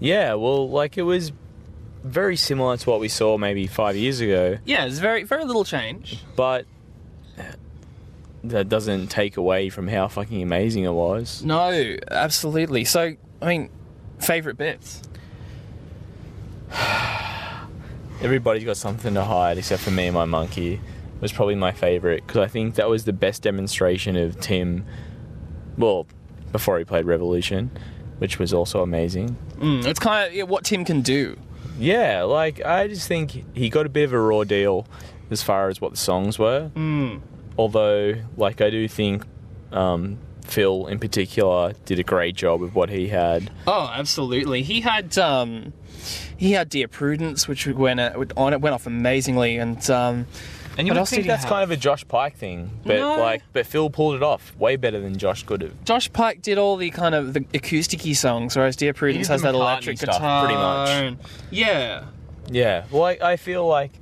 Speaker 2: Yeah, well, like it was very similar to what we saw maybe five years ago,
Speaker 4: Yeah, it's very very little change.
Speaker 2: but that doesn't take away from how fucking amazing it was.
Speaker 4: No, absolutely. So, I mean, favorite bits.
Speaker 2: Everybody's got something to hide except for me and my monkey. Was probably my favorite because I think that was the best demonstration of Tim. Well, before he played Revolution, which was also amazing.
Speaker 4: Mm, it's kind of yeah, what Tim can do.
Speaker 2: Yeah, like I just think he got a bit of a raw deal as far as what the songs were. Mm.
Speaker 4: Hmm.
Speaker 2: Although, like I do think um, Phil in particular did a great job with what he had.
Speaker 4: Oh, absolutely. He had um, he had Dear Prudence, which went uh, on it went off amazingly, and um,
Speaker 2: And you
Speaker 4: What
Speaker 2: would
Speaker 4: else did
Speaker 2: think
Speaker 4: he
Speaker 2: that's
Speaker 4: have?
Speaker 2: kind of a Josh Pike thing, but
Speaker 4: No.
Speaker 2: like, but Phil pulled it off way better than Josh could have.
Speaker 4: Josh Pike did all the kind of the acousticy songs, whereas Dear Prudence
Speaker 2: did
Speaker 4: has
Speaker 2: the
Speaker 4: that
Speaker 2: McCartney
Speaker 4: electric
Speaker 2: stuff,
Speaker 4: guitar.
Speaker 2: pretty much.
Speaker 4: and- Yeah.
Speaker 2: Yeah, well, I, I feel like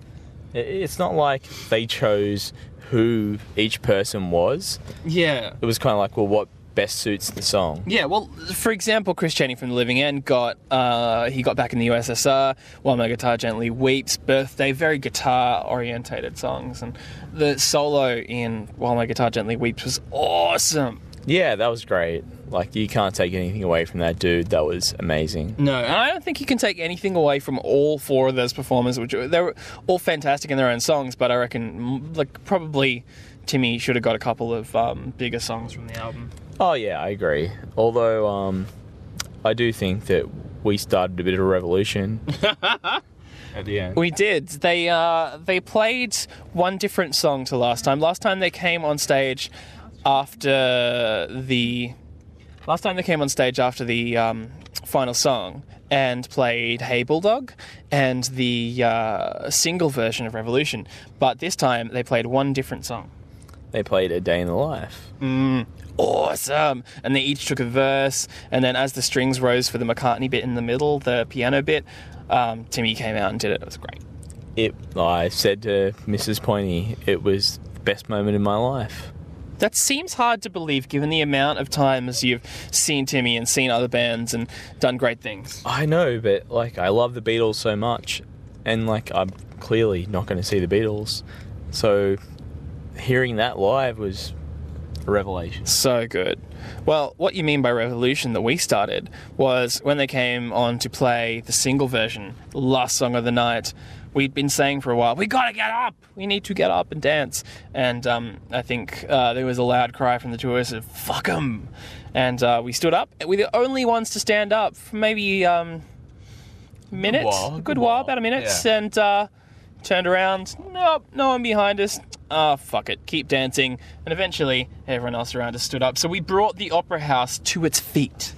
Speaker 2: i- it's not like they chose who each person was.
Speaker 4: Yeah.
Speaker 2: It was kind of like, well, what best suits the song?
Speaker 4: Yeah, well, for example, Chris Cheney from The Living End got uh, he got back in the USSR. While my guitar gently weeps, birthday, very guitar orientated songs, and the solo in While my guitar gently weeps was awesome.
Speaker 2: Yeah, that was great. Like, you can't take anything away from that dude. That was amazing.
Speaker 4: No, and I don't think you can take anything away from all four of those performers, which were- they were all fantastic in their own songs. But I reckon, mm, like, probably Timmy should have got a couple of um, bigger songs from the album.
Speaker 2: Oh yeah, I agree. Although, um, I do think that we started a bit of a revolution at the end.
Speaker 4: We did. They uh, they played one different song to last time. Last time they came on stage after the last time they came on stage after the um, final song and played Hey Bulldog and the uh, single version of Revolution. But this time they played one different song.
Speaker 2: They played a day in the life.
Speaker 4: Awesome! And they each took a verse, and then as the strings rose for the McCartney bit in the middle, the piano bit, um, Timmy came out and did it. It was great.
Speaker 2: It. I said to Mrs. Pointy, it was the best moment in my life.
Speaker 4: That seems hard to believe given the amount of times you've seen Timmy and seen other bands and done great things.
Speaker 2: I know, but like I love the Beatles so much, and like I'm clearly not going to see the Beatles, so hearing that live was a revelation.
Speaker 4: So good. Well, what you mean by revolution that we started was when they came on to play the single version, the last song of the night. We'd been saying for a while, we gotta get up! We need to get up and dance. And um, I think uh, there was a loud cry from the tourists of, fuck 'em! And uh, we stood up. We're the only ones to stand up for maybe um, a minute.
Speaker 2: while,
Speaker 4: a good
Speaker 2: good
Speaker 4: while,
Speaker 2: while,
Speaker 4: about a minute.
Speaker 2: yeah.
Speaker 4: and uh, turned around. Nope, no one behind us. Ah, fuck it. Keep dancing. And eventually, everyone else around us stood up. So we brought the opera house to its feet.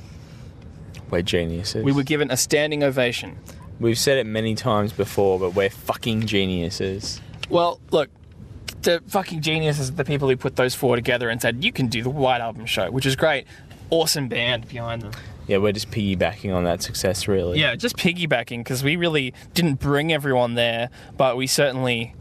Speaker 2: We're geniuses.
Speaker 4: We were given a standing ovation.
Speaker 2: We've said it many times before, but we're fucking geniuses.
Speaker 4: Well, look, the fucking geniuses are the people who put those four together and said, you can do the White Album show, which is great. Awesome band behind them.
Speaker 2: Yeah, we're just piggybacking on that success, really.
Speaker 4: Yeah, just piggybacking because we really didn't bring everyone there, but we certainly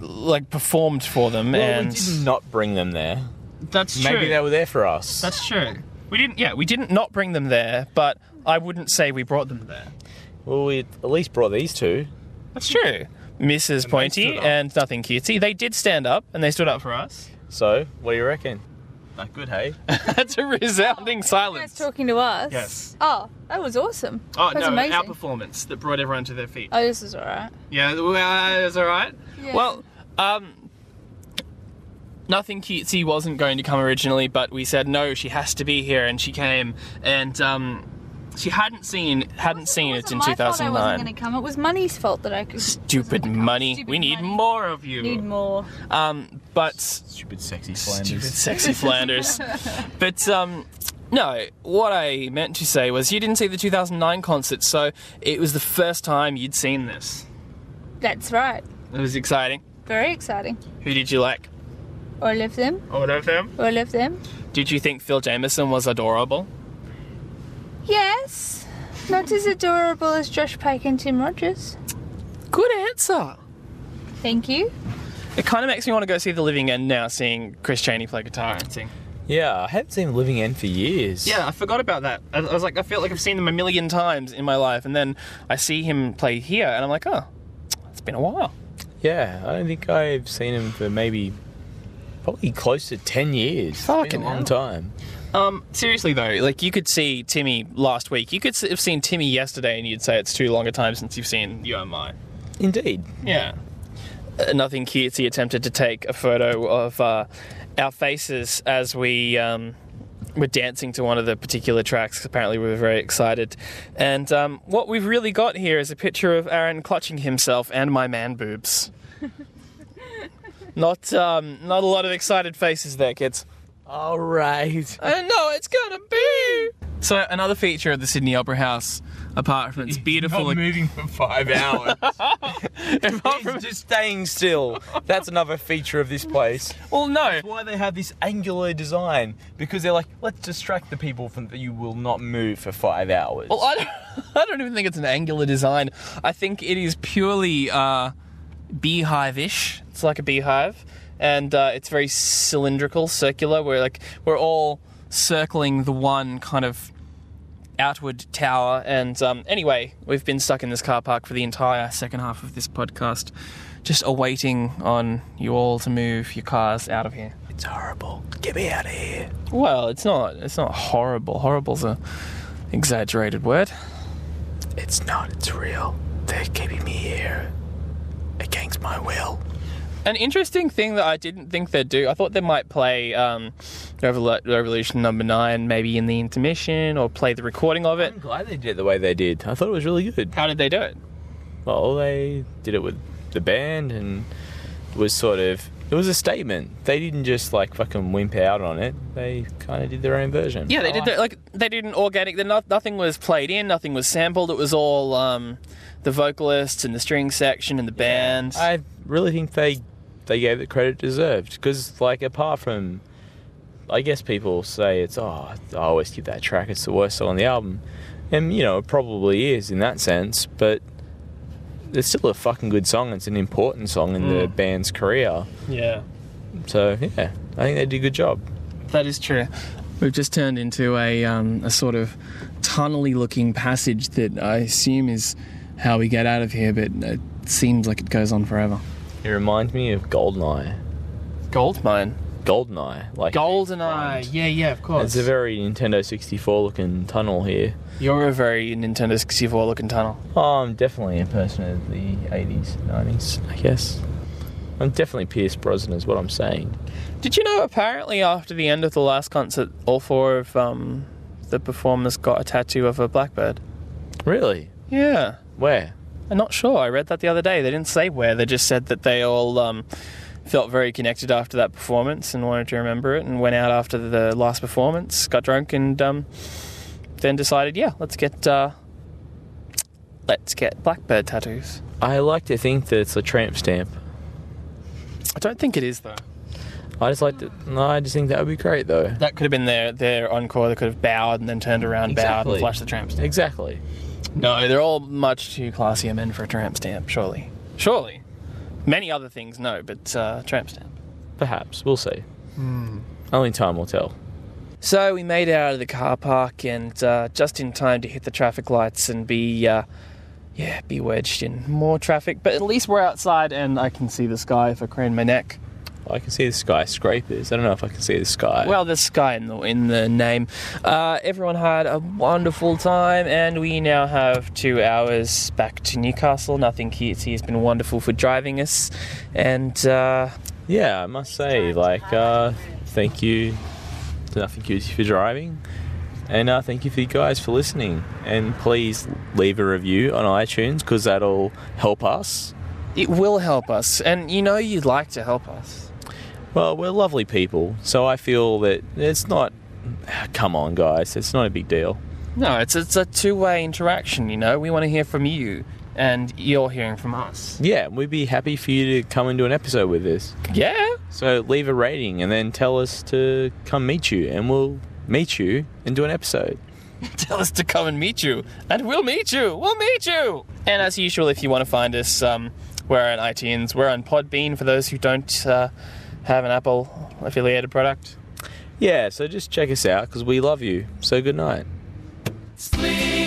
Speaker 4: like performed for them.
Speaker 2: Well,
Speaker 4: and
Speaker 2: we did not bring them there.
Speaker 4: that's
Speaker 2: Maybe they were there for us.
Speaker 4: That's true. We didn't. Yeah, we didn't not bring them there, but I wouldn't say we brought them there.
Speaker 2: well, we at least brought these two.
Speaker 4: That's true. Mrs. Pointy
Speaker 2: stood up.
Speaker 4: and Nothing Cutesy, they did stand up and they stood up for us.
Speaker 2: So, what do you reckon? Not good, hey?
Speaker 4: That's a resounding
Speaker 3: You guys
Speaker 4: silence.
Speaker 3: talking to us?
Speaker 4: Yes.
Speaker 3: Oh, that was awesome.
Speaker 4: Oh
Speaker 3: that was
Speaker 4: no!
Speaker 3: amazing.
Speaker 4: Our performance that brought everyone to their feet.
Speaker 3: oh, this is all right.
Speaker 4: Yeah, well, it was all right.
Speaker 3: Yeah.
Speaker 4: Well, um, nothing cutesy wasn't going to come originally, but we said no, she has to be here, and she came, and um, she hadn't seen hadn't seen it,
Speaker 3: wasn't
Speaker 4: in
Speaker 3: my
Speaker 4: two
Speaker 3: fault
Speaker 4: thousand
Speaker 3: I
Speaker 4: nine.
Speaker 3: wasn't going to come. It was money's fault that I could.
Speaker 4: Stupid
Speaker 3: wasn't gonna come.
Speaker 4: money.
Speaker 3: Stupid
Speaker 4: we need
Speaker 3: money.
Speaker 4: more of you.
Speaker 3: Need more.
Speaker 4: Um, but
Speaker 2: Stupid sexy
Speaker 4: stupid,
Speaker 2: Flanders.
Speaker 4: sexy Flanders. but um, no, what I meant to say was you didn't see the 2009 concert, so it was the first time you'd seen this.
Speaker 3: That's right.
Speaker 4: It was exciting.
Speaker 3: Very exciting.
Speaker 4: Who did you like?
Speaker 3: All of them.
Speaker 4: All of them.
Speaker 3: All of them.
Speaker 4: Did you think Phil Jameson was adorable?
Speaker 3: Yes. Not as adorable as Josh Pike and Tim Rogers.
Speaker 4: Good answer.
Speaker 3: Thank you.
Speaker 4: It kind of makes me want to go see The Living End now, seeing Chris Cheney play guitar and sing.
Speaker 2: Yeah, I haven't seen Living End for years.
Speaker 4: Yeah, I forgot about that. I, I was like, I feel like I've seen them a million times in my life, and then I see him play here, and I'm like, oh, it's been a while.
Speaker 2: Yeah, I don't think I've seen him for maybe Probably close to 10 years. It's been
Speaker 4: Fucking
Speaker 2: a long
Speaker 4: hell.
Speaker 2: time.
Speaker 4: Um, seriously though, like you could see Timmy last week. You could s- have seen Timmy yesterday, and you'd say it's too long a time since you've seen you and mine.
Speaker 2: Indeed.
Speaker 4: Yeah. Uh, nothing cutesy attempted to take a photo of uh, our faces as we um, were dancing to one of the particular tracks. Apparently, we were very excited. And um, what we've really got here is a picture of Aaron clutching himself and my man boobs. not, um, not a lot of excited faces there, kids.
Speaker 2: All right.
Speaker 4: I know it's gonna be. So another feature of the Sydney Opera House, apart from its beautiful,
Speaker 2: moving for five hours.
Speaker 4: apart from
Speaker 2: He's just staying still. That's another feature of this place.
Speaker 4: well, no,
Speaker 2: That's why they have this angular design because they're like, let's distract the people from that you will not move for five hours.
Speaker 4: Well, I don't, I don't even think it's an angular design. I think it is purely uh, beehive-ish. It's like a beehive, and uh, it's very cylindrical, circular. We're like we're all circling the one kind of outward tower. And um, anyway, we've been stuck in this car park for the entire second half of this podcast, just awaiting on you all to move your cars out of here.
Speaker 2: it's horrible. Get me out of here.
Speaker 4: Well, it's not. It's not horrible. Horrible's a exaggerated word.
Speaker 2: It's not. It's real. They're keeping me here against my will.
Speaker 4: An interesting thing that I didn't think they'd do, I thought they might play um, Revolu- Revolution Number Nine, maybe in the intermission, or play the recording of it.
Speaker 2: I'm glad they did it the way they did. I thought it was really good.
Speaker 4: How did they do it?
Speaker 2: Well, they did it with the band and was sort of. It was a statement. They didn't just like fucking wimp out on it. They kind of did their own version.
Speaker 4: Yeah, they did. The, like they did an organic. The, no, nothing was played in, nothing was sampled. It was all um, the vocalists and the string section and the band.
Speaker 2: I really think they they gave the credit deserved because like apart from, I guess people say it's oh I always keep that track. It's the worst song on the album, and you know it probably is in that sense, but. It's still a fucking good song. It's an important song in the band's career.
Speaker 4: yeah,
Speaker 2: So, yeah, I think they did a good job.
Speaker 4: that is true. We've just turned into a um, a sort of tunnely looking passage that I assume is how we get out of here, but it seems like it goes on forever.
Speaker 2: It reminds me of Goldeneye.
Speaker 4: Gold mine.
Speaker 2: Goldeneye, like
Speaker 4: GoldenEye. Yeah, yeah, of course.
Speaker 2: It's a very Nintendo 64 looking tunnel here.
Speaker 4: You're a very Nintendo 64 looking tunnel.
Speaker 2: I'm Um, definitely a person of the 80s, 90s, I guess. I'm definitely Pierce Brosnan, is what I'm saying.
Speaker 4: Did you know apparently after the end of the last concert, all four of um, the performers got a tattoo of a blackbird?
Speaker 2: Really?
Speaker 4: Yeah.
Speaker 2: Where?
Speaker 4: I'm not sure. I read that the other day. They didn't say where. They just said that they all um, felt very connected after that performance and wanted to remember it and went out after the last performance, got drunk, and um, then decided, yeah, let's get uh, let's get blackbird tattoos.
Speaker 2: I like to think that it's a tramp stamp.
Speaker 4: I don't think it is though.
Speaker 2: I just like to. No, I just think that would be great, though.
Speaker 4: That could have been their their encore. They could have bowed and then turned around, bowed,
Speaker 2: Exactly.
Speaker 4: and flashed the tramp stamp.
Speaker 2: Exactly.
Speaker 4: No, they're all much too classy a men for a tramp stamp. Surely, surely. Many other things, no, but uh, tramp stamp.
Speaker 2: Perhaps. We'll see. Only time will tell.
Speaker 4: So we made it out of the car park and uh, just in time to hit the traffic lights and be, uh, yeah, be wedged in more traffic. But at least we're outside and I can see the sky if I crane my neck.
Speaker 2: I can see the skyscrapers. I don't know if I can see the sky.
Speaker 4: Well, there's sky in the in the name. Uh, everyone had a wonderful time, and we now have two hours back to Newcastle. Nothing cutesy has been wonderful for driving us, and uh,
Speaker 2: Yeah, I must say, like, uh, thank you to Nothing Cutesy for driving. And uh, thank you for you guys for listening. And please leave a review on iTunes because that'll help us.
Speaker 4: it will help us. And you know you'd like to help us.
Speaker 2: Well, we're lovely people, so I feel that it's not. Come on, guys, it's not a big deal.
Speaker 4: No, it's it's a two way interaction. You know, we want to hear from you, and you're hearing from us.
Speaker 2: Yeah, we'd be happy for you to come and do an episode with us.
Speaker 4: Yeah.
Speaker 2: So leave a rating and then tell us to come meet you, and we'll meet you and do an episode.
Speaker 4: tell us to come and meet you, and we'll meet you. We'll meet you. And as usual, if you want to find us, um, we're on iTunes. We're on Podbean for those who don't uh, have an Apple affiliated product.
Speaker 2: Yeah, so just check us out because we love you. So good night.
Speaker 4: Sleep.